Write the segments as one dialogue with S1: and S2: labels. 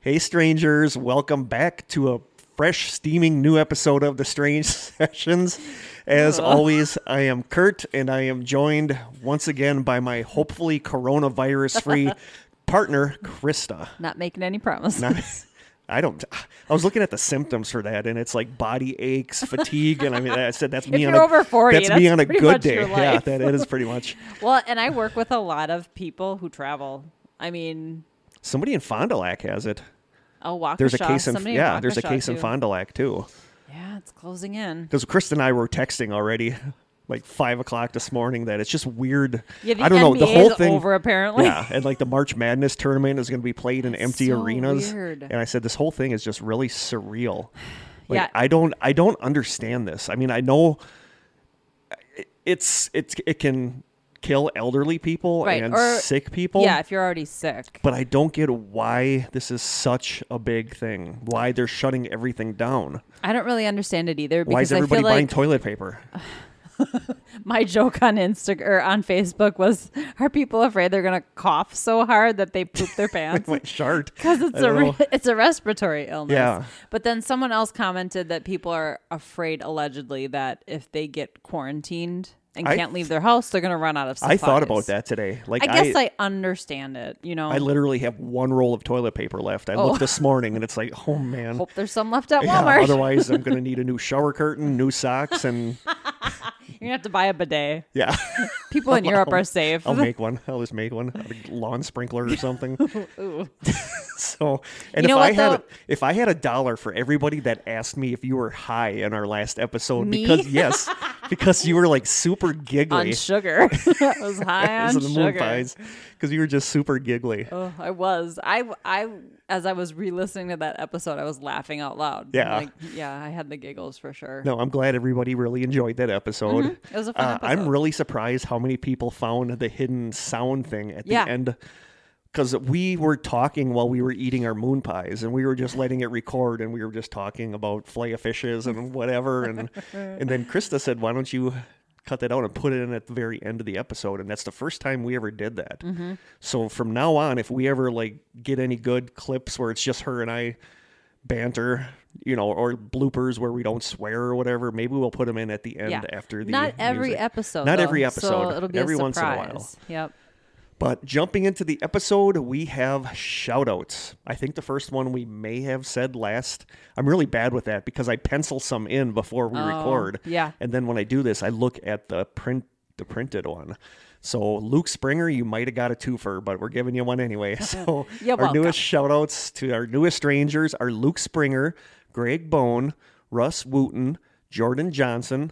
S1: Hey, strangers, welcome back to a fresh, steaming new episode of The Strange Sessions. As always, I am Kurt, and I am joined once again by my hopefully coronavirus free partner, Krista.
S2: Not making any promises.
S1: I don't. I was looking at the symptoms for that, and it's like body aches, fatigue, and I mean, I said that's me
S2: If
S1: on
S2: you're
S1: a,
S2: over 40,
S1: That's me
S2: that's
S1: on a
S2: pretty
S1: good
S2: much
S1: day.
S2: your
S1: Yeah,
S2: life.
S1: that is pretty much.
S2: well, and I work with a lot of people who travel. I mean,
S1: Somebody in Fond du Lac has it.
S2: I'll walk.
S1: There's a
S2: Waukesha,
S1: case in
S2: somebody
S1: yeah. There's a
S2: Waukesha,
S1: case in
S2: too.
S1: Fond du Lac too.
S2: Yeah, it's closing in.
S1: Because Chris and I were texting already, like five o'clock this morning. That it's just weird.
S2: Yeah, the
S1: I don't know. The
S2: NBA
S1: whole
S2: is
S1: thing
S2: over apparently.
S1: Yeah, and like the March Madness tournament is going to be played in empty
S2: so
S1: arenas.
S2: weird.
S1: And I said this whole thing is just really surreal. Like,
S2: Yeah.
S1: I don't, I don't understand this. I mean, I know it- it's it's it can kill elderly people
S2: Right,
S1: and
S2: or-
S1: sick people.
S2: Yeah, if you're already sick.
S1: But I don't get why this is such a big thing. Why they're shutting everything down.
S2: I don't really understand it either
S1: Why
S2: because
S1: is
S2: I feel
S1: everybody buying
S2: like
S1: toilet paper?
S2: my joke on Instagram or on Facebook was, "Are people afraid they're gonna cough so hard that they poop their pants?"
S1: Like shart.
S2: because
S1: I
S2: it's a
S1: don't
S2: re-
S1: know.
S2: it's a respiratory illness.
S1: Yeah.
S2: But then someone else commented that people are afraid allegedly that if they get quarantined and
S1: I-
S2: can't leave their house, they're going to run out of
S1: I
S2: supplies.
S1: thought about that today. Like
S2: I guess I, understand it. You know,
S1: I literally have one roll of toilet paper left. I looked this morning and it's like, oh man.
S2: hope there's some left at
S1: Yeah,
S2: Oh. Walmart. You're
S1: otherwise, I'm going to need a new shower curtain, new socks, and
S2: gonna have to buy a bidet.
S1: yeah,
S2: People in Europe are safe.
S1: I'll make one. I'll just make one, a lawn sprinkler or something.
S2: Ooh.
S1: So, and
S2: You know
S1: if I
S2: what,
S1: had a,
S2: though?
S1: if I had a dollar for everybody that asked me if you were high in our last episode,
S2: Me?
S1: because yes, because you were like super giggly.
S2: on sugar, I was high
S1: As
S2: on
S1: in the moon
S2: sugar.
S1: pies, because you were just super giggly.
S2: Oh, I was. I, I, as I was re-listening to that episode, I was laughing out loud.
S1: Yeah.
S2: like, yeah, I had the giggles for sure.
S1: No, I'm glad everybody really enjoyed that episode.
S2: Mm-hmm. It was a fun
S1: Uh, I'm
S2: episode.
S1: really surprised how many people found the hidden sound thing at
S2: Yeah.
S1: the end. Because we were talking while we were eating our moon pies, and we were just letting it record, and we were just talking about flay of fishes and whatever, and and then Krista said, "Why don't you cut that out and put it in at the very end of the episode?" And that's the first time we ever did that.
S2: Mm-hmm.
S1: So from now on, if we ever like get any good clips where it's just her and I banter, you know, or bloopers where we don't swear or whatever, maybe we'll put them in at the end after the
S2: not every
S1: music.
S2: episode
S1: Not
S2: though,
S1: every episode.
S2: so it'll be
S1: every
S2: a
S1: once in a
S2: surprise.
S1: while.
S2: yep
S1: But jumping into the episode, we have shout outs. I think the first one we may have said last. I'm really bad with that because I pencil some in before we record.
S2: Oh, yeah.
S1: And then when I do this, I look at the print the printed one. So Luke Springer, you might have got a twofer, but we're giving you one anyway. So
S2: You're
S1: our
S2: welcome.
S1: newest shout outs to our newest strangers are Luke Springer, Greg Bone, Russ Wooten, Jordan Johnson,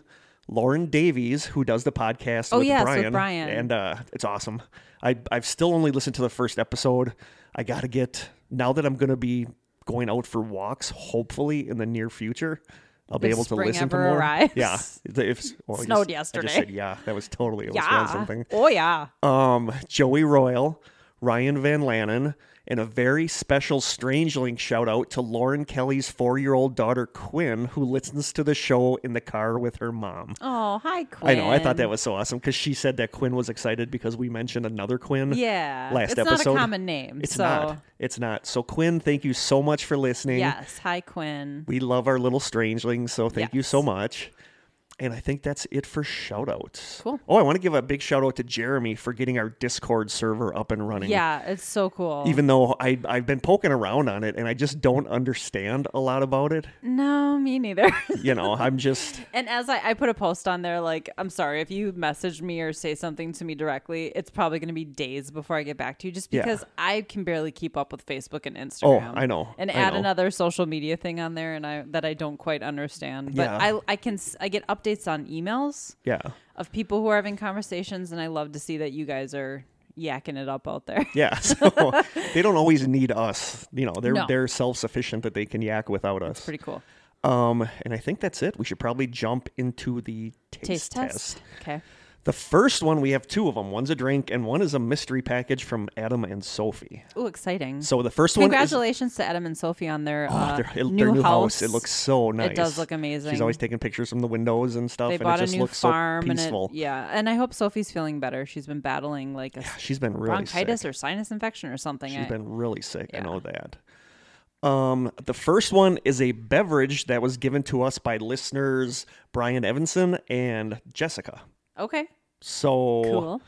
S1: Lauren Davies, who does the podcast
S2: Oh,
S1: with
S2: yes, with
S1: Brian,
S2: Brian.
S1: and uh, it's awesome. I I've still only listened to the first episode. I got to get now that I'm going to be going out for walks. Hopefully, in the near future, I'll be
S2: If
S1: able to
S2: spring
S1: listen to
S2: ever
S1: more.
S2: arrives.
S1: Yeah, The- if well, I
S2: Snowed
S1: just- I
S2: yesterday.
S1: just said yeah. That was totally a
S2: yeah
S1: Wisconsin
S2: oh yeah
S1: thing. Um, Joey Royal, Ryan Van Lannen, and a very special Strangelink shout out to Lauren Kelly's four year old daughter Quinn, who listens to the show in the car with her mom.
S2: oh hi
S1: I
S2: Quinn.
S1: know. I thought that was so awesome because she said that Quinn was excited because we mentioned another Quinn.
S2: yeah
S1: last
S2: it's
S1: episode.
S2: not a common name
S1: It's
S2: so
S1: not. It's not. So Quinn, thank you so much for listening.
S2: yes hi Quinn
S1: We love our little strangelings, so thank you so
S2: Yes.
S1: much. And I think that's it for shout outs.
S2: Cool.
S1: Oh, I want to give a big shout out to Jeremy for getting our Discord server up and running.
S2: yeah it's so cool
S1: Even though I, I've been poking around on it and I just don't understand a lot about it.
S2: no me neither
S1: You know, I'm just,
S2: and as I, I put a post on there like i'm sorry if you message me or say something to me directly it's probably going to be days before i get back to you just
S1: Yeah. Oh,
S2: because i can barely keep up with facebook and instagram
S1: I know,
S2: and
S1: I
S2: add
S1: know.
S2: another social media thing on there and i that i don't quite understand but
S1: Yeah.
S2: i i can s- i get updates on emails
S1: yeah.
S2: of people who are having conversations and i love to see that you guys are yakking it up out there
S1: Yeah. So they don't always need us. You know, they're,
S2: No.
S1: they're self sufficient that they can yak without us.
S2: pretty cool
S1: Um, and I think that's it. We should probably jump into the taste,
S2: taste,
S1: test.
S2: test. okay
S1: The first one, we have two of them. One's a drink, and one is a mystery package from Adam and Sophie.
S2: oh exciting
S1: So the first one is Oh, Ah,
S2: congratulations to adam and sophie on their, uh,
S1: their, it-
S2: new,
S1: their new
S2: house.
S1: house. It looks so nice.
S2: It does look amazing.
S1: She's always taking pictures from the windows and stuff,
S2: they
S1: and it
S2: bought a
S1: just
S2: new
S1: looks
S2: farm
S1: so peaceful.
S2: and it, yeah and i hope sophie's feeling better she's been battling like a
S1: She's been really
S2: bronchitis
S1: sick.
S2: or sinus infection or something
S1: She's
S2: I-
S1: been really sick. I know that. Um, the first one is a beverage that was given to us by listeners Brian Evanson and Jessica.
S2: Okay.
S1: So
S2: Cool.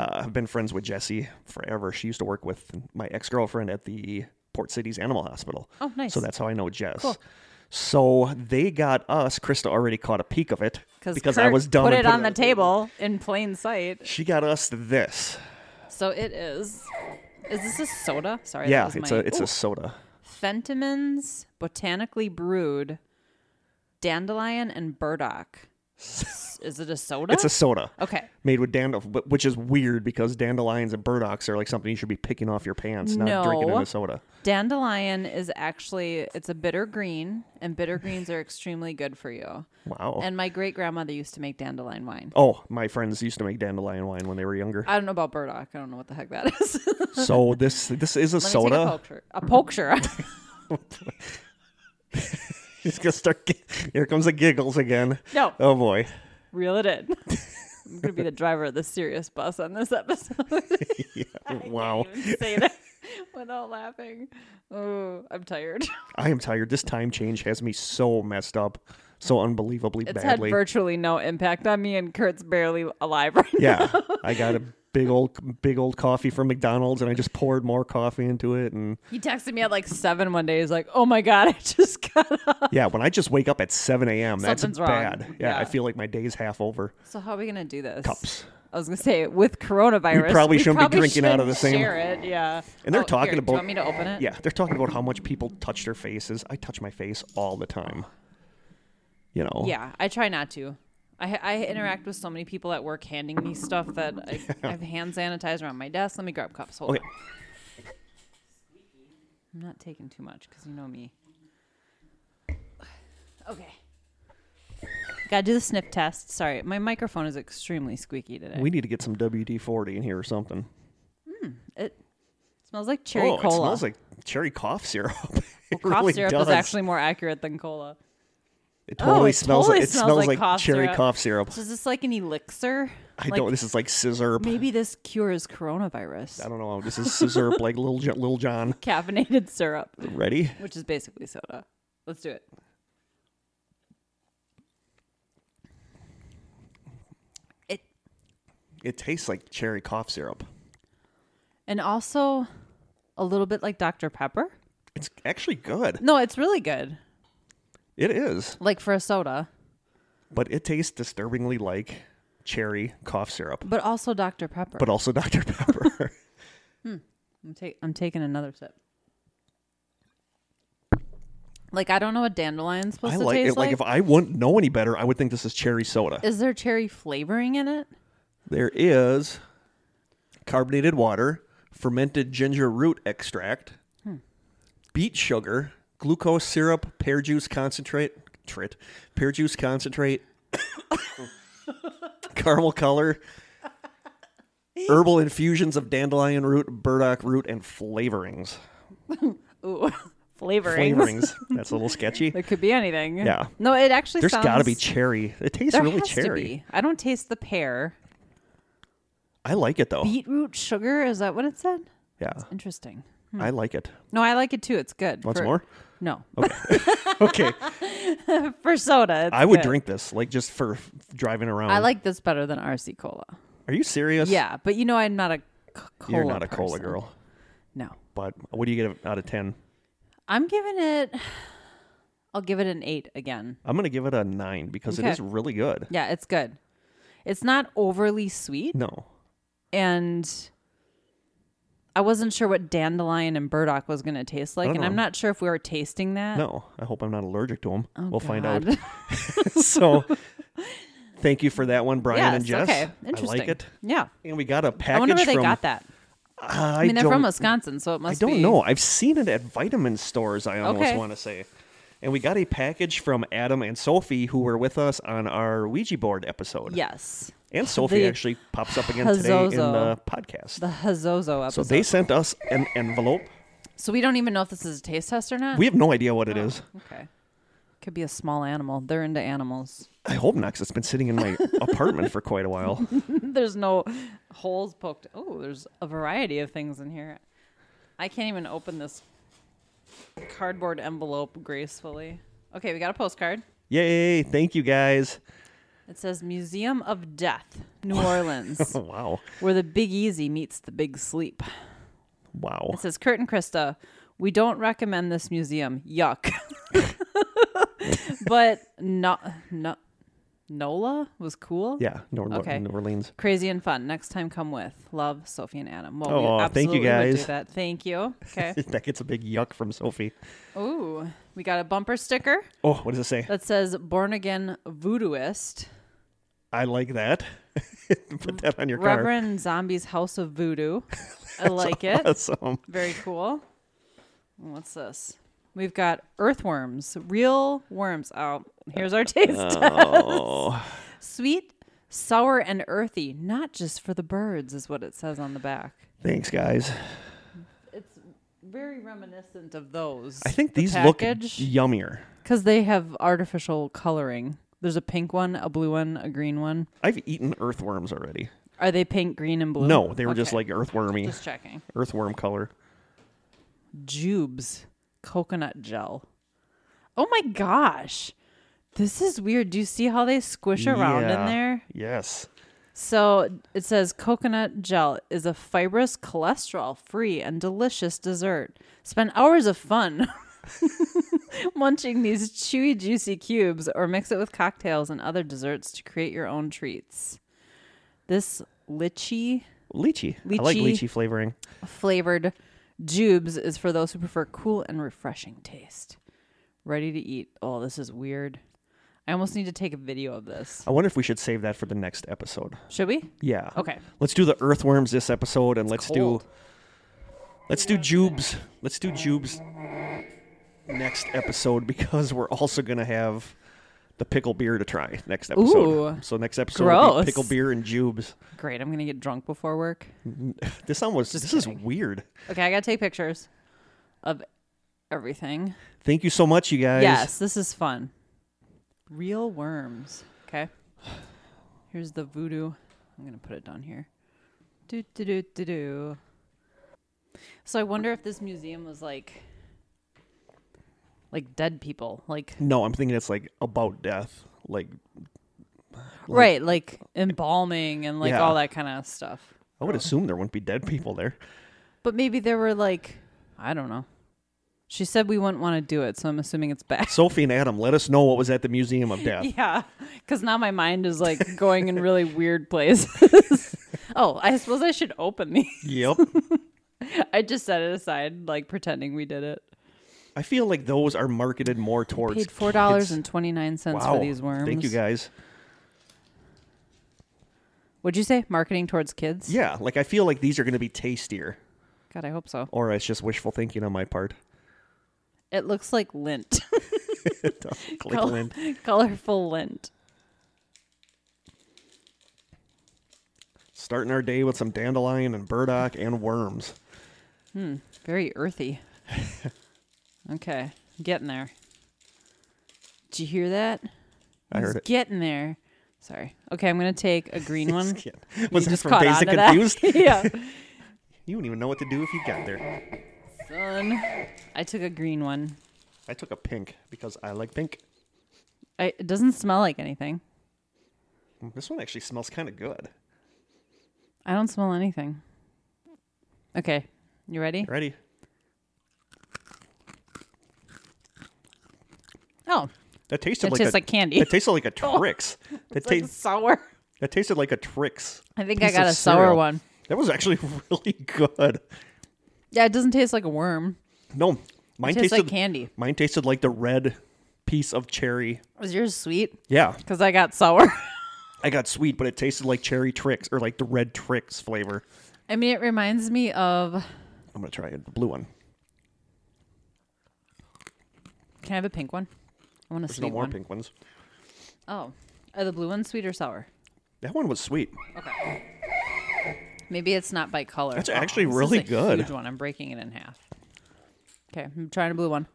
S1: uh, I've been friends with Jessie forever. She used to work with my ex girlfriend at the Port Cities Animal Hospital.
S2: Oh, nice.
S1: So that's how I know Jess.
S2: Cool.
S1: So they got us. Krista already caught a peek of it because I
S2: Kurt
S1: was dumb.
S2: Put
S1: and
S2: it on the table in plain sight.
S1: She got us this.
S2: So it is. Is this a soda? Sorry.
S1: yeah,
S2: that was
S1: it's
S2: my,
S1: a it's
S2: Ooh.
S1: a soda.
S2: Fentimans botanically brewed dandelion and burdock. S- Is it a soda?
S1: It's a soda
S2: okay.
S1: made with dandelion, which is weird because dandelions and burdocks are like something you should be picking off your pants, not drinking in
S2: No.
S1: a soda.
S2: Dandelion is actually it's a bitter green, and bitter greens are extremely good for you.
S1: Wow.
S2: And my great grandmother used to make dandelion wine.
S1: oh, my friends used to make dandelion wine when they were younger.
S2: I don't know about burdock. I don't know what the heck that is. Let
S1: so this this is a
S2: me take a
S1: soda.
S2: picture. A picture.
S1: He's gonna start. gi- Here comes the giggles again.
S2: no,
S1: Oh boy.
S2: reel it in. I'm gonna be the driver of the serious bus on this episode.
S1: wow.
S2: even say that without laughing. Oh, I'm tired.
S1: I am tired. This time change has me so messed up, so unbelievably
S2: It's
S1: badly.
S2: had virtually no impact on me, and Kurt's barely alive right now.
S1: yeah, I got a big old big old coffee from McDonald's, and I just poured more coffee into it. And
S2: He texted me at like seven one day. He's like, "Oh my god, I just got up."
S1: yeah, when I just wake up at seven a.m., that's
S2: Something's wrong.
S1: bad. Yeah, I
S2: Yeah.
S1: feel like my day's half over.
S2: So how are we gonna do this?
S1: Cups.
S2: I was gonna say with coronavirus,
S1: We probably shouldn't be drinking out of the
S2: shouldn't
S1: same-
S2: Share it, yeah.
S1: And they're
S2: Oh,
S1: talking
S2: here,
S1: about-
S2: Do you want me to open it?
S1: Yeah, they're talking about how much people touch their faces. I touch my face all the time. You know.
S2: Yeah, I try not to. I, I interact with so many people at work handing me stuff that I, I have hand sanitizer on my desk. Let me grab cups. Hold
S1: Okay.
S2: on. I'm not taking too much because you know me. Okay. Gotta do the sniff test. Sorry, my microphone is extremely squeaky today.
S1: We need to get some WD forty in here or something.
S2: it smells like cherry
S1: oh,
S2: cola.
S1: it smells like cherry cough syrup. It
S2: Cough
S1: really
S2: syrup
S1: does.
S2: is actually more accurate than cola.
S1: It
S2: Oh,
S1: totally
S2: it
S1: smells.
S2: totally
S1: like, it
S2: smells
S1: smells
S2: like
S1: like,
S2: cough
S1: cherry
S2: syrup.
S1: cough syrup.
S2: So is this like an elixir?
S1: I
S2: like,
S1: don't. This is like scissor.
S2: Maybe this cures coronavirus.
S1: I don't know. This is scissor like little Jo- little John.
S2: Caffeinated syrup.
S1: Ready?
S2: which is basically soda. Let's do it. It
S1: It tastes like cherry cough syrup.
S2: and also a little bit like Dr Pepper.
S1: It's actually good.
S2: No, it's really good.
S1: It is,
S2: Like for a soda,
S1: but it tastes disturbingly like cherry cough syrup,
S2: but also Dr Pepper.
S1: but also Dr Pepper.
S2: I'm, ta- I'm taking another sip. Like I don't know what dandelion's supposed
S1: I
S2: to
S1: like
S2: taste
S1: it. Like if I wouldn't know any better, I would think this is cherry soda.
S2: is there cherry flavoring in it?
S1: There is carbonated water, fermented ginger root extract, beet sugar, glucose syrup, pear juice concentrate, trit, pear juice concentrate, caramel color, herbal infusions of dandelion root, burdock root, and flavorings.
S2: Ooh, flavoring.
S1: Flavorings. That's a little sketchy.
S2: It could be anything.
S1: Yeah.
S2: No, it actually
S1: There's
S2: sounds.
S1: got to be cherry. It tastes
S2: There
S1: really
S2: has to
S1: cherry.
S2: be. I don't taste the pear.
S1: I like it though.
S2: beetroot sugar. Is that what it said?
S1: Yeah,
S2: Interesting.
S1: I like it.
S2: No, I like it too. It's good.
S1: Once
S2: Hmm. for-
S1: more.
S2: No,
S1: Okay.
S2: for soda. it's
S1: I would
S2: good.
S1: drink this, like just for f- driving around.
S2: I like this better than RC cola.
S1: Are you serious?
S2: Yeah, but you know I'm not a c- cola.
S1: You're not a cola
S2: person.
S1: girl.
S2: No,
S1: But what do you get out of ten?
S2: I'm giving it. I'll give it an eight again.
S1: I'm gonna give it a nine because
S2: Okay.
S1: it is really good.
S2: Yeah, it's good. It's not overly sweet,
S1: No,
S2: and I wasn't sure what dandelion and burdock was going to taste like,
S1: don't
S2: and I'm
S1: know.
S2: not sure if we were tasting that.
S1: Uh-huh. no. I hope I'm not allergic to them.
S2: Uh, Oh,
S1: we'll find out.
S2: God.
S1: so, thank you for that one, Brian
S2: yes.
S1: and Jess.
S2: Okay.
S1: I
S2: Interesting.
S1: like it.
S2: Yeah.
S1: And we got a package
S2: I wonder where
S1: from. Ah,
S2: they got that.
S1: I,
S2: I mean, they're
S1: don't,
S2: from Wisconsin, so it
S1: I
S2: must.
S1: don't
S2: be-
S1: know. I've seen it at vitamin stores. I almost
S2: Okay.
S1: want to say. And we got a package from Adam and Sophie, who were with us on our Ouija board episode.
S2: Yes,
S1: And Sophie
S2: The
S1: actually pops up again today in
S2: Hazozo.
S1: the podcast.
S2: the Hazozo episode.
S1: so
S2: So,
S1: they sent us an envelope.
S2: we don't even know if this is a taste test or not.
S1: We have no idea what it is.
S2: okay, could be a small animal. They're into animals.
S1: I hope not, because it's been sitting in my apartment for quite a while.
S2: there's no holes poked. Oh, there's a variety of things in here. I can't even open this cardboard envelope gracefully. Okay, we got a postcard.
S1: Yay! Thank you guys.
S2: It says Museum of Death, New Orleans,
S1: Oh, wow.
S2: where the Big Easy meets the Big Sleep.
S1: Wow.
S2: It says Kurt and Krista, we don't recommend this museum. Yuck. but no, no, Nola was cool.
S1: Yeah, Nor-
S2: Okay.
S1: New Orleans.
S2: Crazy and fun. Next time, come with love, Sophie and Adam. Well,
S1: Oh,
S2: we
S1: thank
S2: absolutely
S1: you,
S2: would
S1: guys.
S2: do that. Thank you. Okay.
S1: that gets a big yuck from Sophie.
S2: Ooh, we got a bumper sticker
S1: Oh, what does it say?
S2: that says "Born Again Voodooist."
S1: I like that. Put that on your car.
S2: Reverend Zombie's House of Voodoo. I like it.
S1: Awesome.
S2: Very cool. And What's this? We've got earthworms, real worms. Oh, here's our taste
S1: Oh.
S2: test. Sweet, sour, and earthy, not just for the birds, is what it says on the back.
S1: Thanks, guys.
S2: It's very reminiscent of those.
S1: I think these look yummier.
S2: because they have artificial coloring. There's a pink one, a blue one, a green one.
S1: I've eaten earthworms already.
S2: Are they pink, green, and blue?
S1: No, they were just
S2: Okay.
S1: like earthwormy,
S2: just checking.
S1: earthworm color.
S2: Jubes coconut gel. Oh my gosh. This is weird. Do you see how they squish around in
S1: Yeah.
S2: there?
S1: Yes.
S2: So it says coconut gel is a fibrous, cholesterol free, and delicious dessert. Spend hours of fun munching these chewy, juicy cubes or mix it with cocktails and other desserts to create your own treats. This lychee
S1: Lychee. I like
S2: Lychee.
S1: lychee flavoring.
S2: flavored jubes is for those who prefer cool and refreshing taste. Ready to eat. Oh, this is weird. I almost need to take a video of this.
S1: I wonder if we should save that for the next episode.
S2: Should we?
S1: Yeah.
S2: Okay.
S1: Let's do the earthworms this episode and let's
S2: cold.
S1: do Let's do jubes. Let's do jubes next episode because we're also going to have the pickle beer to try next episode.
S2: Ooh.
S1: so next episode will
S2: Gross.
S1: be pickle beer and jubes.
S2: Great. I'm going to get drunk before work.
S1: This almost this is weird.
S2: Okay, I got to take pictures of everything.
S1: Thank you so much you guys.
S2: Yes, this is fun. Real worms. Okay. Here's the voodoo. I'm gonna put it down here. Do do do do do. So I wonder if this museum was like, like dead people, like,
S1: No, I'm thinking it's like about death. Like
S2: right, like embalming and like
S1: Yeah.
S2: all that kind of stuff.
S1: I would assume there wouldn't be dead people there.
S2: But maybe there were like, I don't know. She said we wouldn't want to do it, so I'm assuming it's bad.
S1: Sophie and Adam, let us know what was at the Museum of Death.
S2: Yeah, because now my mind is like going in really weird places. oh, I suppose I should open these.
S1: yep.
S2: I just set it aside, like pretending we did it.
S1: I feel like those are marketed more towards
S2: Paid four dollars
S1: kids.
S2: and twenty nine cents for these worms.
S1: Thank you guys.
S2: Would you say marketing towards kids?
S1: Yeah, like I feel like these are going to be tastier,
S2: God, I hope so.
S1: or it's just wishful thinking on my part.
S2: It looks like lint,
S1: Click
S2: Col-
S1: lint.
S2: colorful lint.
S1: Starting our day with some dandelion and burdock and worms.
S2: Very earthy. okay, getting there. Did you hear that?
S1: I
S2: He's
S1: heard it.
S2: Getting there. Sorry. Okay, I'm gonna take a green one.
S1: Yeah. Was that
S2: You just
S1: from
S2: caught
S1: Basic
S2: on to that.
S1: Confused?
S2: yeah.
S1: You wouldn't even know what to do if you got there.
S2: Son. I took a green one.
S1: I took a pink because I like pink.
S2: I, it doesn't smell like anything.
S1: Mm, This one actually smells kind of good.
S2: I don't smell anything. Okay, you ready?
S1: Ready?
S2: Oh,
S1: That tasted
S2: it
S1: like
S2: tastes
S1: a,
S2: like candy. Oh,
S1: That tasted like a Trix. that,
S2: It's like
S1: tastes
S2: sour.
S1: that tasted like a Trix.
S2: I think
S1: piece
S2: I got
S1: of
S2: a sour
S1: cereal.
S2: one.
S1: That was actually really good.
S2: Yeah, it doesn't taste like a worm.
S1: No,
S2: It
S1: mine
S2: tastes
S1: tasted
S2: like candy.
S1: Mine tasted like the red piece of cherry.
S2: Was yours sweet?
S1: Yeah,
S2: Because I got sour.
S1: I got sweet, but it tasted like cherry tricks or like the red tricks flavor.
S2: I mean, it reminds me of.
S1: I'm gonna try it, the blue one.
S2: Can I have a pink one? I want a
S1: There's
S2: sweet
S1: no more
S2: one.
S1: pink ones.
S2: Oh, are the blue ones sweet or sour?
S1: That one was sweet.
S2: Okay. Maybe it's not by color.
S1: That's
S2: Oh,
S1: actually
S2: this is
S1: really
S2: a
S1: good.
S2: Huge one. I'm breaking it in half. Okay, I'm trying a blue one.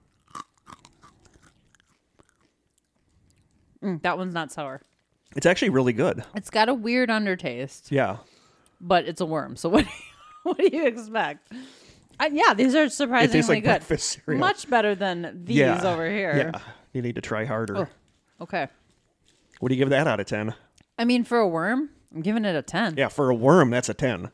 S2: Mm, that one's not sour.
S1: It's actually really good.
S2: It's got a weird undertaste,
S1: Yeah,
S2: but it's a worm. So what? what do you expect? I, yeah, these are surprisingly
S1: like
S2: good.
S1: breakfast cereal.
S2: Much better than these
S1: yeah.
S2: over here. Oh.
S1: Yeah. You need to try harder.
S2: Okay.
S1: What do you give that out of 10?
S2: I mean, for a worm, I'm giving it a 10.
S1: Yeah, for a worm, that's a 10.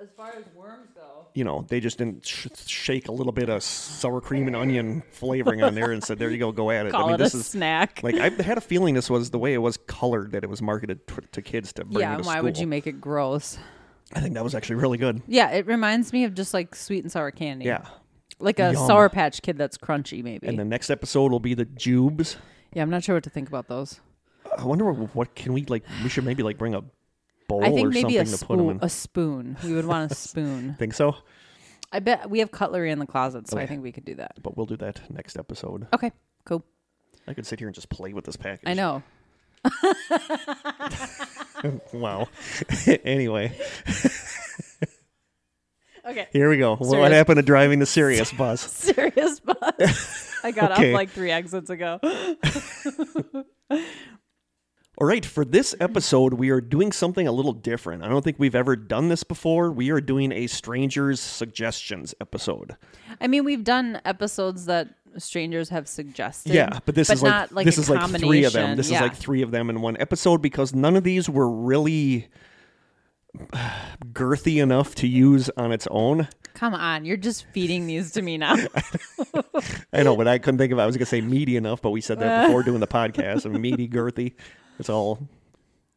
S2: As far as worms go.
S1: You know, they just didn't sh- shake a little bit of sour cream and onion flavoring on there and said, there you go, go at it.
S2: Call
S1: I mean,
S2: it
S1: this
S2: a
S1: is
S2: snack.
S1: like, I had a feeling this was the way it was colored, that it was marketed t- to kids to bring
S2: yeah,
S1: to
S2: and why would
S1: school.
S2: you make it gross?
S1: I think that was actually really good.
S2: Yeah, it reminds me of just like sweet and sour candy.
S1: Yeah.
S2: Like a
S1: Yum.
S2: Sour Patch Kid that's crunchy, maybe.
S1: And the next episode will be the Jubes.
S2: yeah, I'm not sure what to think about those.
S1: I wonder what, what can we like. We should maybe like bring a bowl
S2: I
S1: or
S2: think
S1: something
S2: maybe a,
S1: to put them
S2: spoon.
S1: in.
S2: a spoon. We would want a spoon.
S1: Think so?
S2: I bet we have cutlery in the closet, so I think we could do that.
S1: But we'll do that next episode.
S2: Okay, cool.
S1: I could sit here and just play with this package.
S2: I know.
S1: Wow. anyway,
S2: Okay.
S1: here we go. What- What
S2: Serious-
S1: happened to driving the serious bus?
S2: Serious buzz. I got
S1: Okay.
S2: off like three exits ago.
S1: All right, for this episode, we are doing something a little different. I don't think we've ever done this before. We are doing a strangers suggestions episode.
S2: I mean, we've done episodes that strangers have suggested.
S1: Yeah, but this is like,
S2: not like
S1: this
S2: a
S1: is like three of them.
S2: combination.
S1: This
S2: yeah.
S1: is like three of them in one episode because none of these were really girthy enough to use on its own.
S2: Come on, you're just feeding these to me now.
S1: I know, but I couldn't think of. I was gonna say meaty enough, but we said
S2: Uh.
S1: that before doing the podcast. And meaty, girthy. It's all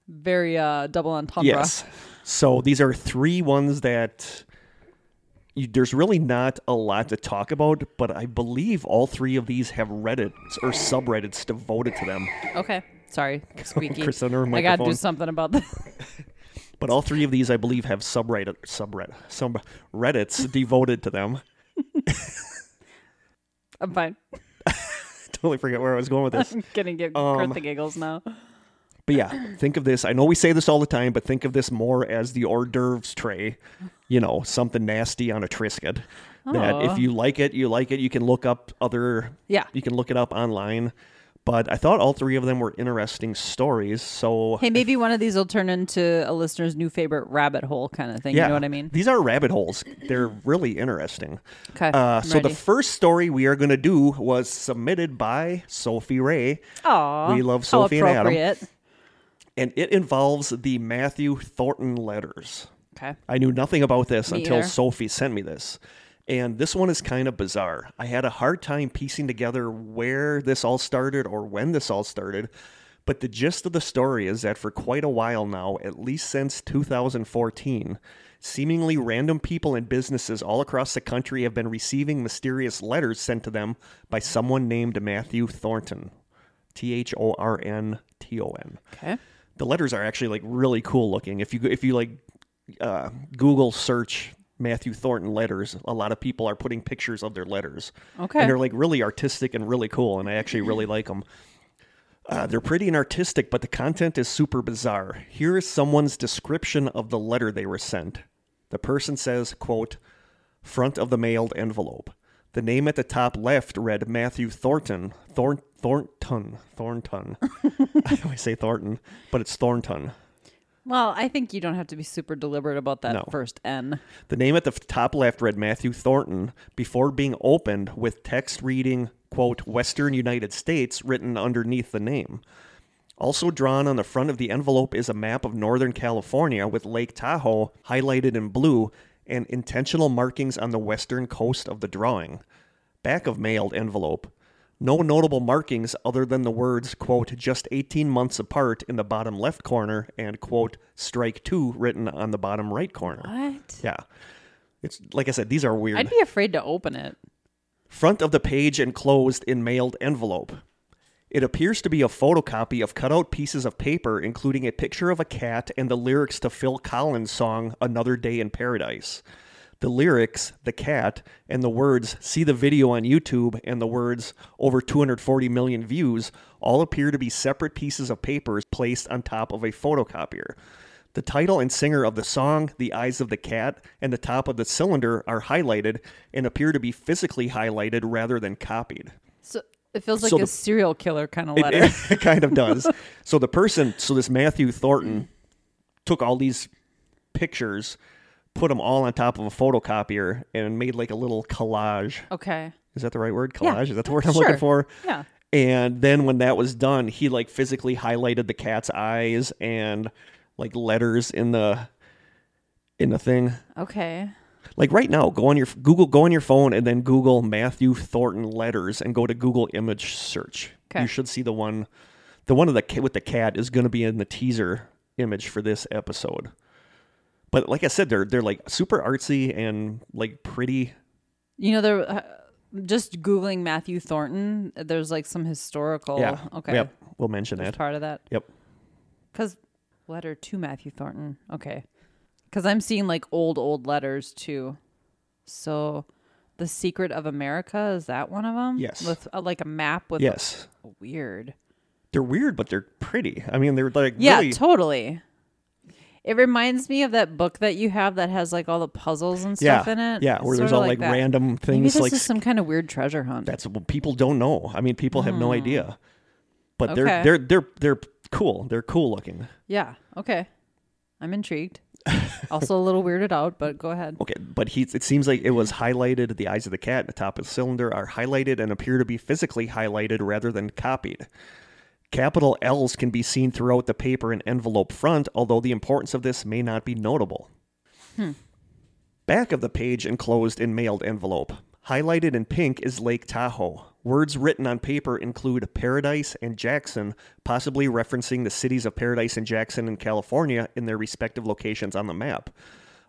S2: Very uh, double entendre.
S1: yes. So these are three ones that you, there's really not a lot to talk about, but I believe all three of these have Reddit or subreddits devoted to them.
S2: Okay. Sorry, squeaky.
S1: Chris under her
S2: I gotta do
S1: microphone.
S2: something about this.
S1: But all three of these, I believe, have subreddit subreddit some reddits devoted to them.
S2: I'm fine.
S1: Totally forget where I was going with this.
S2: I'm gonna give
S1: Um,
S2: Kurt the giggles now.
S1: But yeah, think of this. I know we say this all the time, but think of this more as the hors d'oeuvres tray. You know, something nasty on a Triscuit. That
S2: Aw.
S1: if you like it, you like it. You can look up other.
S2: Yeah.
S1: You can look it up online. But I thought all three of them were interesting stories. So
S2: Hey, maybe one of these will turn into a listener's new favorite rabbit hole kind of thing.
S1: yeah,
S2: You know what I mean?
S1: These are rabbit holes. They're really interesting.
S2: Okay.
S1: Uh,
S2: I'm
S1: so the
S2: ready.
S1: first story we are going to do was submitted by Sophie Ray,
S2: Aw,
S1: we love
S2: how
S1: Sophie and Adam.
S2: appropriate.
S1: and it involves the Matthew Thornton letters.
S2: Okay.
S1: I knew nothing about this
S2: Me
S1: until
S2: either.
S1: Sophie sent me this. And this one is kind of bizarre. I had a hard time piecing together where this all started or when this all started. But the gist of the story is that for quite a while now, at least since 2014, seemingly random people and businesses all across the country have been receiving mysterious letters sent to them by someone named Matthew Thornton. T H O R N T O N
S2: Okay.
S1: the letters are actually like really cool looking. If you if you like uh, Google search Matthew Thornton letters, a lot of people are putting pictures of their letters.
S2: Okay.
S1: and they're like really artistic and really cool, and I actually really like them. Uh, they're pretty and artistic, but the content is super bizarre. Here is someone's description of the letter they were sent. The person says, "quote Front of the mailed envelope." The name at the top left read Matthew Thornton. Thorn Thornton Thornton. I always say Thornton, but it's Thornton.
S2: Well, I think you don't have to be super deliberate about that
S1: No.
S2: first N.
S1: The name at the f- top left read Matthew Thornton before being opened with text reading, quote, Western United States written underneath the name. Also drawn on the front of the envelope is a map of Northern California with Lake Tahoe highlighted in blue and intentional markings on the western coast of the drawing. Back of mailed envelope. No notable markings other than the words, quote, just 18 months apart in the bottom left corner and, quote, strike two written on the bottom right corner.
S2: What?
S1: Yeah. It's like I said, these are weird.
S2: I'd be afraid to open it.
S1: Front of the page enclosed in mailed envelope. It appears to be a photocopy of cutout pieces of paper, including a picture of a cat and the lyrics to Phil Collins' song Another Day in Paradise. The lyrics, the cat, and the words, see the video on YouTube, and the words, over 240 million views, all appear to be separate pieces of paper placed on top of a photocopier. The title and singer of the song, The Eyes of the Cat, and the top of the cylinder are highlighted and appear to be physically highlighted rather than copied.
S2: So it feels like
S1: So
S2: a
S1: the-
S2: serial killer kind of letter.
S1: it kind of does. So the person, so this Matthew Thornton took all these pictures, put them all on top of a photocopier and made like a little collage.
S2: Okay.
S1: Is that the right word?
S2: Yeah.
S1: Collage? Is that the word I'm
S2: Sure.
S1: looking for?
S2: Yeah.
S1: And then when that was done, he like physically highlighted the cat's eyes and like letters in the in the thing.
S2: Okay.
S1: Like right now, go on your Google, go on your phone, and then Google Matthew Thornton letters, and go to Google image search.
S2: Okay.
S1: You should see the one, the one of the ca- with the cat is going to be in the teaser image for this episode. But like I said, they're they're like super artsy and like pretty.
S2: You know, there. Uh, just googling Matthew Thornton. There's like some historical.
S1: Yeah.
S2: Okay.
S1: Yep. We'll mention that.
S2: Part of that.
S1: Yep.
S2: Because letter to Matthew Thornton. Okay. Because I'm seeing like old, old letters too. So The Secret of America, is that one of them?
S1: Yes.
S2: With uh, like a map with.
S1: Yes.
S2: Weird.
S1: They're weird, but they're pretty. I mean, they're like
S2: Yeah,
S1: really,
S2: totally. It reminds me of that book that you have that has like all the puzzles and
S1: yeah,
S2: stuff in it.
S1: yeah. Where
S2: It's
S1: there's
S2: sorta
S1: all like,
S2: that.
S1: random
S2: Maybe
S1: things
S2: this
S1: like
S2: is some kind of weird treasure hunt.
S1: that's what people don't know. I mean, people have no idea. But
S2: Okay.
S1: they're they're they're they're cool. They're cool looking.
S2: yeah. Okay. I'm intrigued. also a little weirded out, but go ahead.
S1: Okay, but he it seems like it was highlighted. The eyes of the cat and the top of the cylinder are highlighted and appear to be physically highlighted rather than copied. Capital L's can be seen throughout the paper and envelope front, although the importance of this may not be notable. Back of the page enclosed in mailed envelope. Highlighted in pink is Lake Tahoe. Words written on paper include Paradise and Jackson, possibly referencing the cities of Paradise and Jackson in California in their respective locations on the map.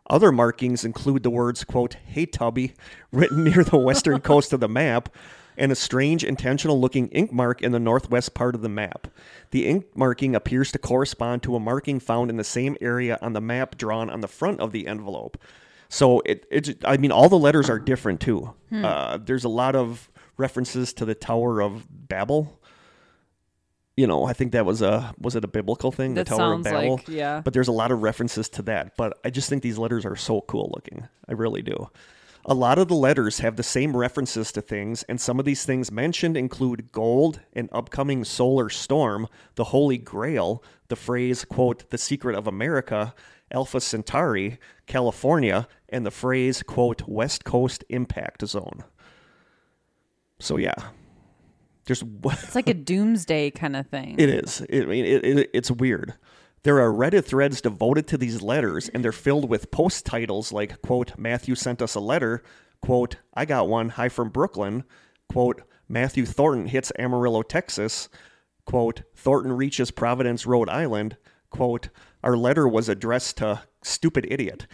S1: Other markings include the words, quote, Hey Tubby, written near the western coast of the map, and a strange, intentional looking ink mark in the northwest part of the map. The ink marking appears to correspond to a marking found in the same area on the map drawn on the front of the envelope. So it, it ju- I mean, all the letters are different too. Uh, there's a lot of references to the Tower of Babel. You know, I think that was a was it a biblical thing,
S2: That
S1: the Tower of
S2: sounds
S1: Babel?
S2: like- yeah.
S1: But there's a lot of references to that. But I just think these letters are so cool looking. I really do. A lot of the letters have the same references to things, and some of these things mentioned include gold, an upcoming solar storm, the Holy Grail, the phrase, quote, the secret of America, Alpha Centauri, California, and the phrase, quote, West Coast Impact Zone. So, yeah. There's
S2: It's like a doomsday kind of thing.
S1: It is. I mean, it, it, it's weird. There are Reddit threads devoted to these letters, and they're filled with post titles like, quote, Matthew sent us a letter, quote, I got one, hi from Brooklyn, quote, Matthew Thornton hits Amarillo, Texas, quote, Thornton reaches Providence, Rhode Island, quote, our letter was addressed to stupid idiot.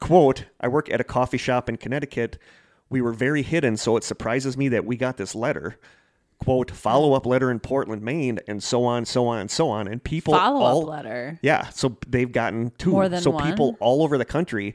S1: quote, I work at a coffee shop in Connecticut. We were very hidden, so it surprises me that we got this letter. Quote, follow up letter in Portland, Maine, and so on, so on, so on. And people
S2: Follow up
S1: all,
S2: letter.
S1: yeah, so they've gotten two.
S2: More than
S1: so
S2: one?
S1: people all over the country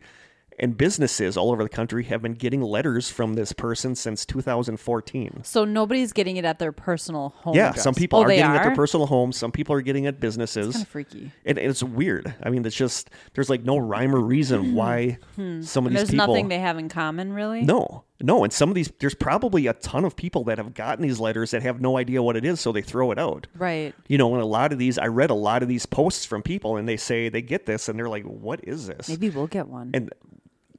S1: and businesses all over the country have been getting letters from this person since 2014.
S2: So nobody's getting it at their personal home.
S1: Yeah,
S2: address.
S1: some people
S2: Oh,
S1: are
S2: they
S1: getting at their
S2: are?
S1: personal homes. Some people are getting at businesses.
S2: Kinda freaky.
S1: and and it's weird. I mean, it's just there's like no rhyme or reason why some of
S2: Hmm. And
S1: these
S2: there's
S1: people.
S2: nothing they have in common, really.
S1: no, no, and some of these there's probably a ton of people that have gotten these letters that have no idea what it is, so they throw it out.
S2: Right.
S1: You know, and a lot of these, I read a lot of these posts from people, and they say they get this, and they're like, "What is this?"
S2: Maybe we'll get one.
S1: And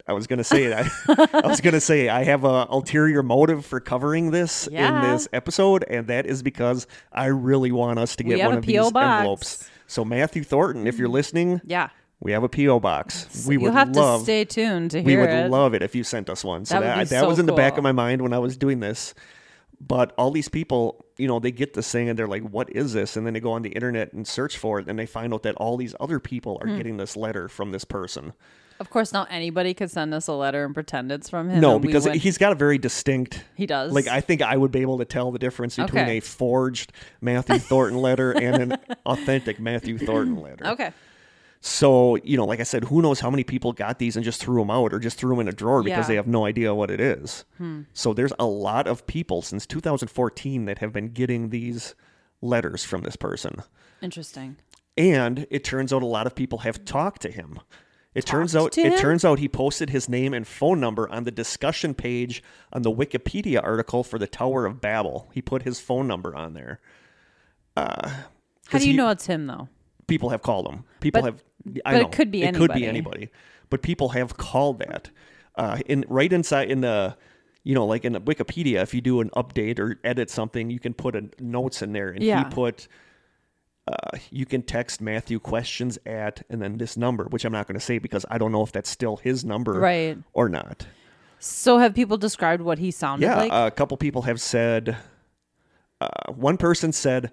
S1: I was gonna say I, I was gonna say I have a ulterior motive for covering this
S2: Yeah.
S1: in this episode, and that is because I really want us to
S2: We
S1: get
S2: have
S1: one
S2: a
S1: of
S2: P.O.
S1: these
S2: box. Mm.
S1: envelopes. So Matthew Thornton, if you're listening,
S2: yeah.
S1: we have a PO box. we
S2: You'll
S1: would
S2: have
S1: love.
S2: to stay tuned to
S1: we
S2: hear
S1: would
S2: it.
S1: love it if you sent us one. So
S2: That would
S1: that
S2: be
S1: that,
S2: so
S1: was in the back
S2: cool.
S1: of my mind when I was doing this. But all these people, you know, they get this thing and they're like, "What is this?" And then they go on the internet and search for it, and they find out that all these other people
S2: Hmm.
S1: are getting this letter from this person.
S2: of course, not anybody could send us a letter and pretend it's from him.
S1: No,
S2: and we
S1: because
S2: wouldn't-
S1: he's got a very distinct.
S2: He does.
S1: Like I think I would be able to tell the difference between
S2: Okay.
S1: a forged Matthew Thornton letter and an authentic Matthew Thornton letter.
S2: okay.
S1: So, you know, like I said, who knows how many people got these and just threw them out or just threw them in a drawer because
S2: Yeah. Hmm.
S1: they have no idea what it is. So, there's a lot of people since 2014 that have been getting these letters from this person.
S2: Interesting.
S1: And it turns out a lot of people have talked to him. It turns out
S2: to him?
S1: it turns out he posted his name and phone number on the discussion page on the Wikipedia article for the Tower of Babel. He put his phone number on there.
S2: How
S1: 'Cause
S2: do you
S1: he-
S2: know it's him though?
S1: people have called him. People
S2: But-
S1: have. I
S2: but it
S1: know.
S2: could be
S1: It could be
S2: anybody.
S1: anybody. but people have called that. Uh, in right inside in the, you know, like in the Wikipedia, if you do an update or edit something, you can put a notes in there, and
S2: Yeah.
S1: he put. Uh, you can text Matthew questions at and then this number, which I'm not going to say because I don't know if that's still his number
S2: Right.
S1: or not.
S2: So have people described what he sounded
S1: Yeah,
S2: like?
S1: a couple people have said. Uh, one person said,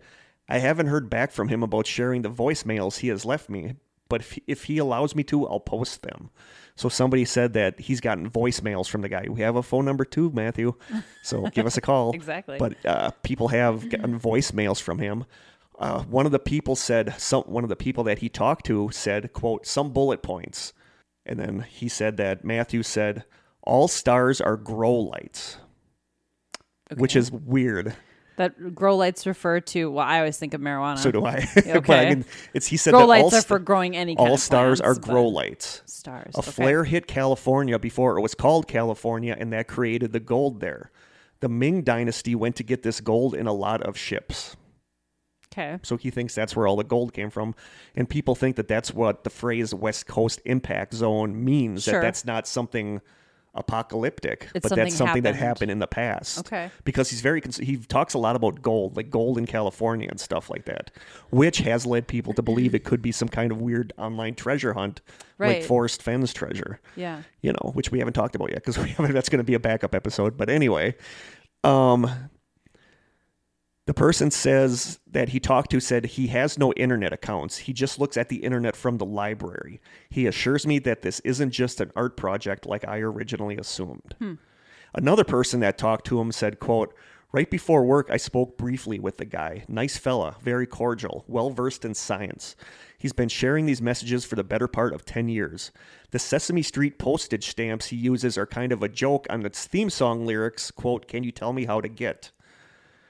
S1: "I haven't heard back from him about sharing the voicemails he has left me, but if if he allows me to, I'll post them." So somebody said that he's gotten voicemails from the guy. We have a phone number too, Matthew. So give us a call.
S2: Exactly.
S1: But uh, people have gotten voicemails from him. Uh, one of the people said some. One of the people that he talked to said, "quote some bullet points," and then he said that Matthew said, "All stars are grow lights." which is weird.
S2: that grow lights refer to. Well, I always think of marijuana.
S1: So do I. but I
S2: Okay.
S1: mean, it's he said
S2: grow
S1: that all,
S2: lights are
S1: st-
S2: for growing any. kind
S1: all
S2: of
S1: stars
S2: plants,
S1: are
S2: but-
S1: grow lights.
S2: Stars.
S1: A
S2: okay.
S1: flare hit California before it was called California, and that created the gold there. The Ming Dynasty went to get this gold in a lot of ships.
S2: Okay.
S1: So he thinks that's where all the gold came from. And people think that that's what the phrase West Coast Impact Zone means, that
S2: Sure.
S1: that's not something apocalyptic, but
S2: something
S1: that's something that
S2: happened.
S1: happened in the past.
S2: Okay.
S1: Because he's very, cons- he talks a lot about gold, like gold in California and stuff like that, which has led people to believe it could be some kind of weird online treasure hunt,
S2: Right.
S1: like Forrest Fenn's treasure
S2: Yeah.
S1: you know, which we haven't talked about yet because we haven't. That's going to be a backup episode. But anyway, um, the person says that he talked to said he has no internet accounts. He just looks at the internet from the library. He assures me that this isn't just an art project like I originally assumed. Another person that talked to him said, "quote." Right before work, I spoke briefly with the guy. Nice fella, very cordial, well versed in science. He's been sharing these messages for the better part of 10 years. The Sesame Street postage stamps he uses are kind of a joke on its theme song lyrics, quote, Can you tell me how to get?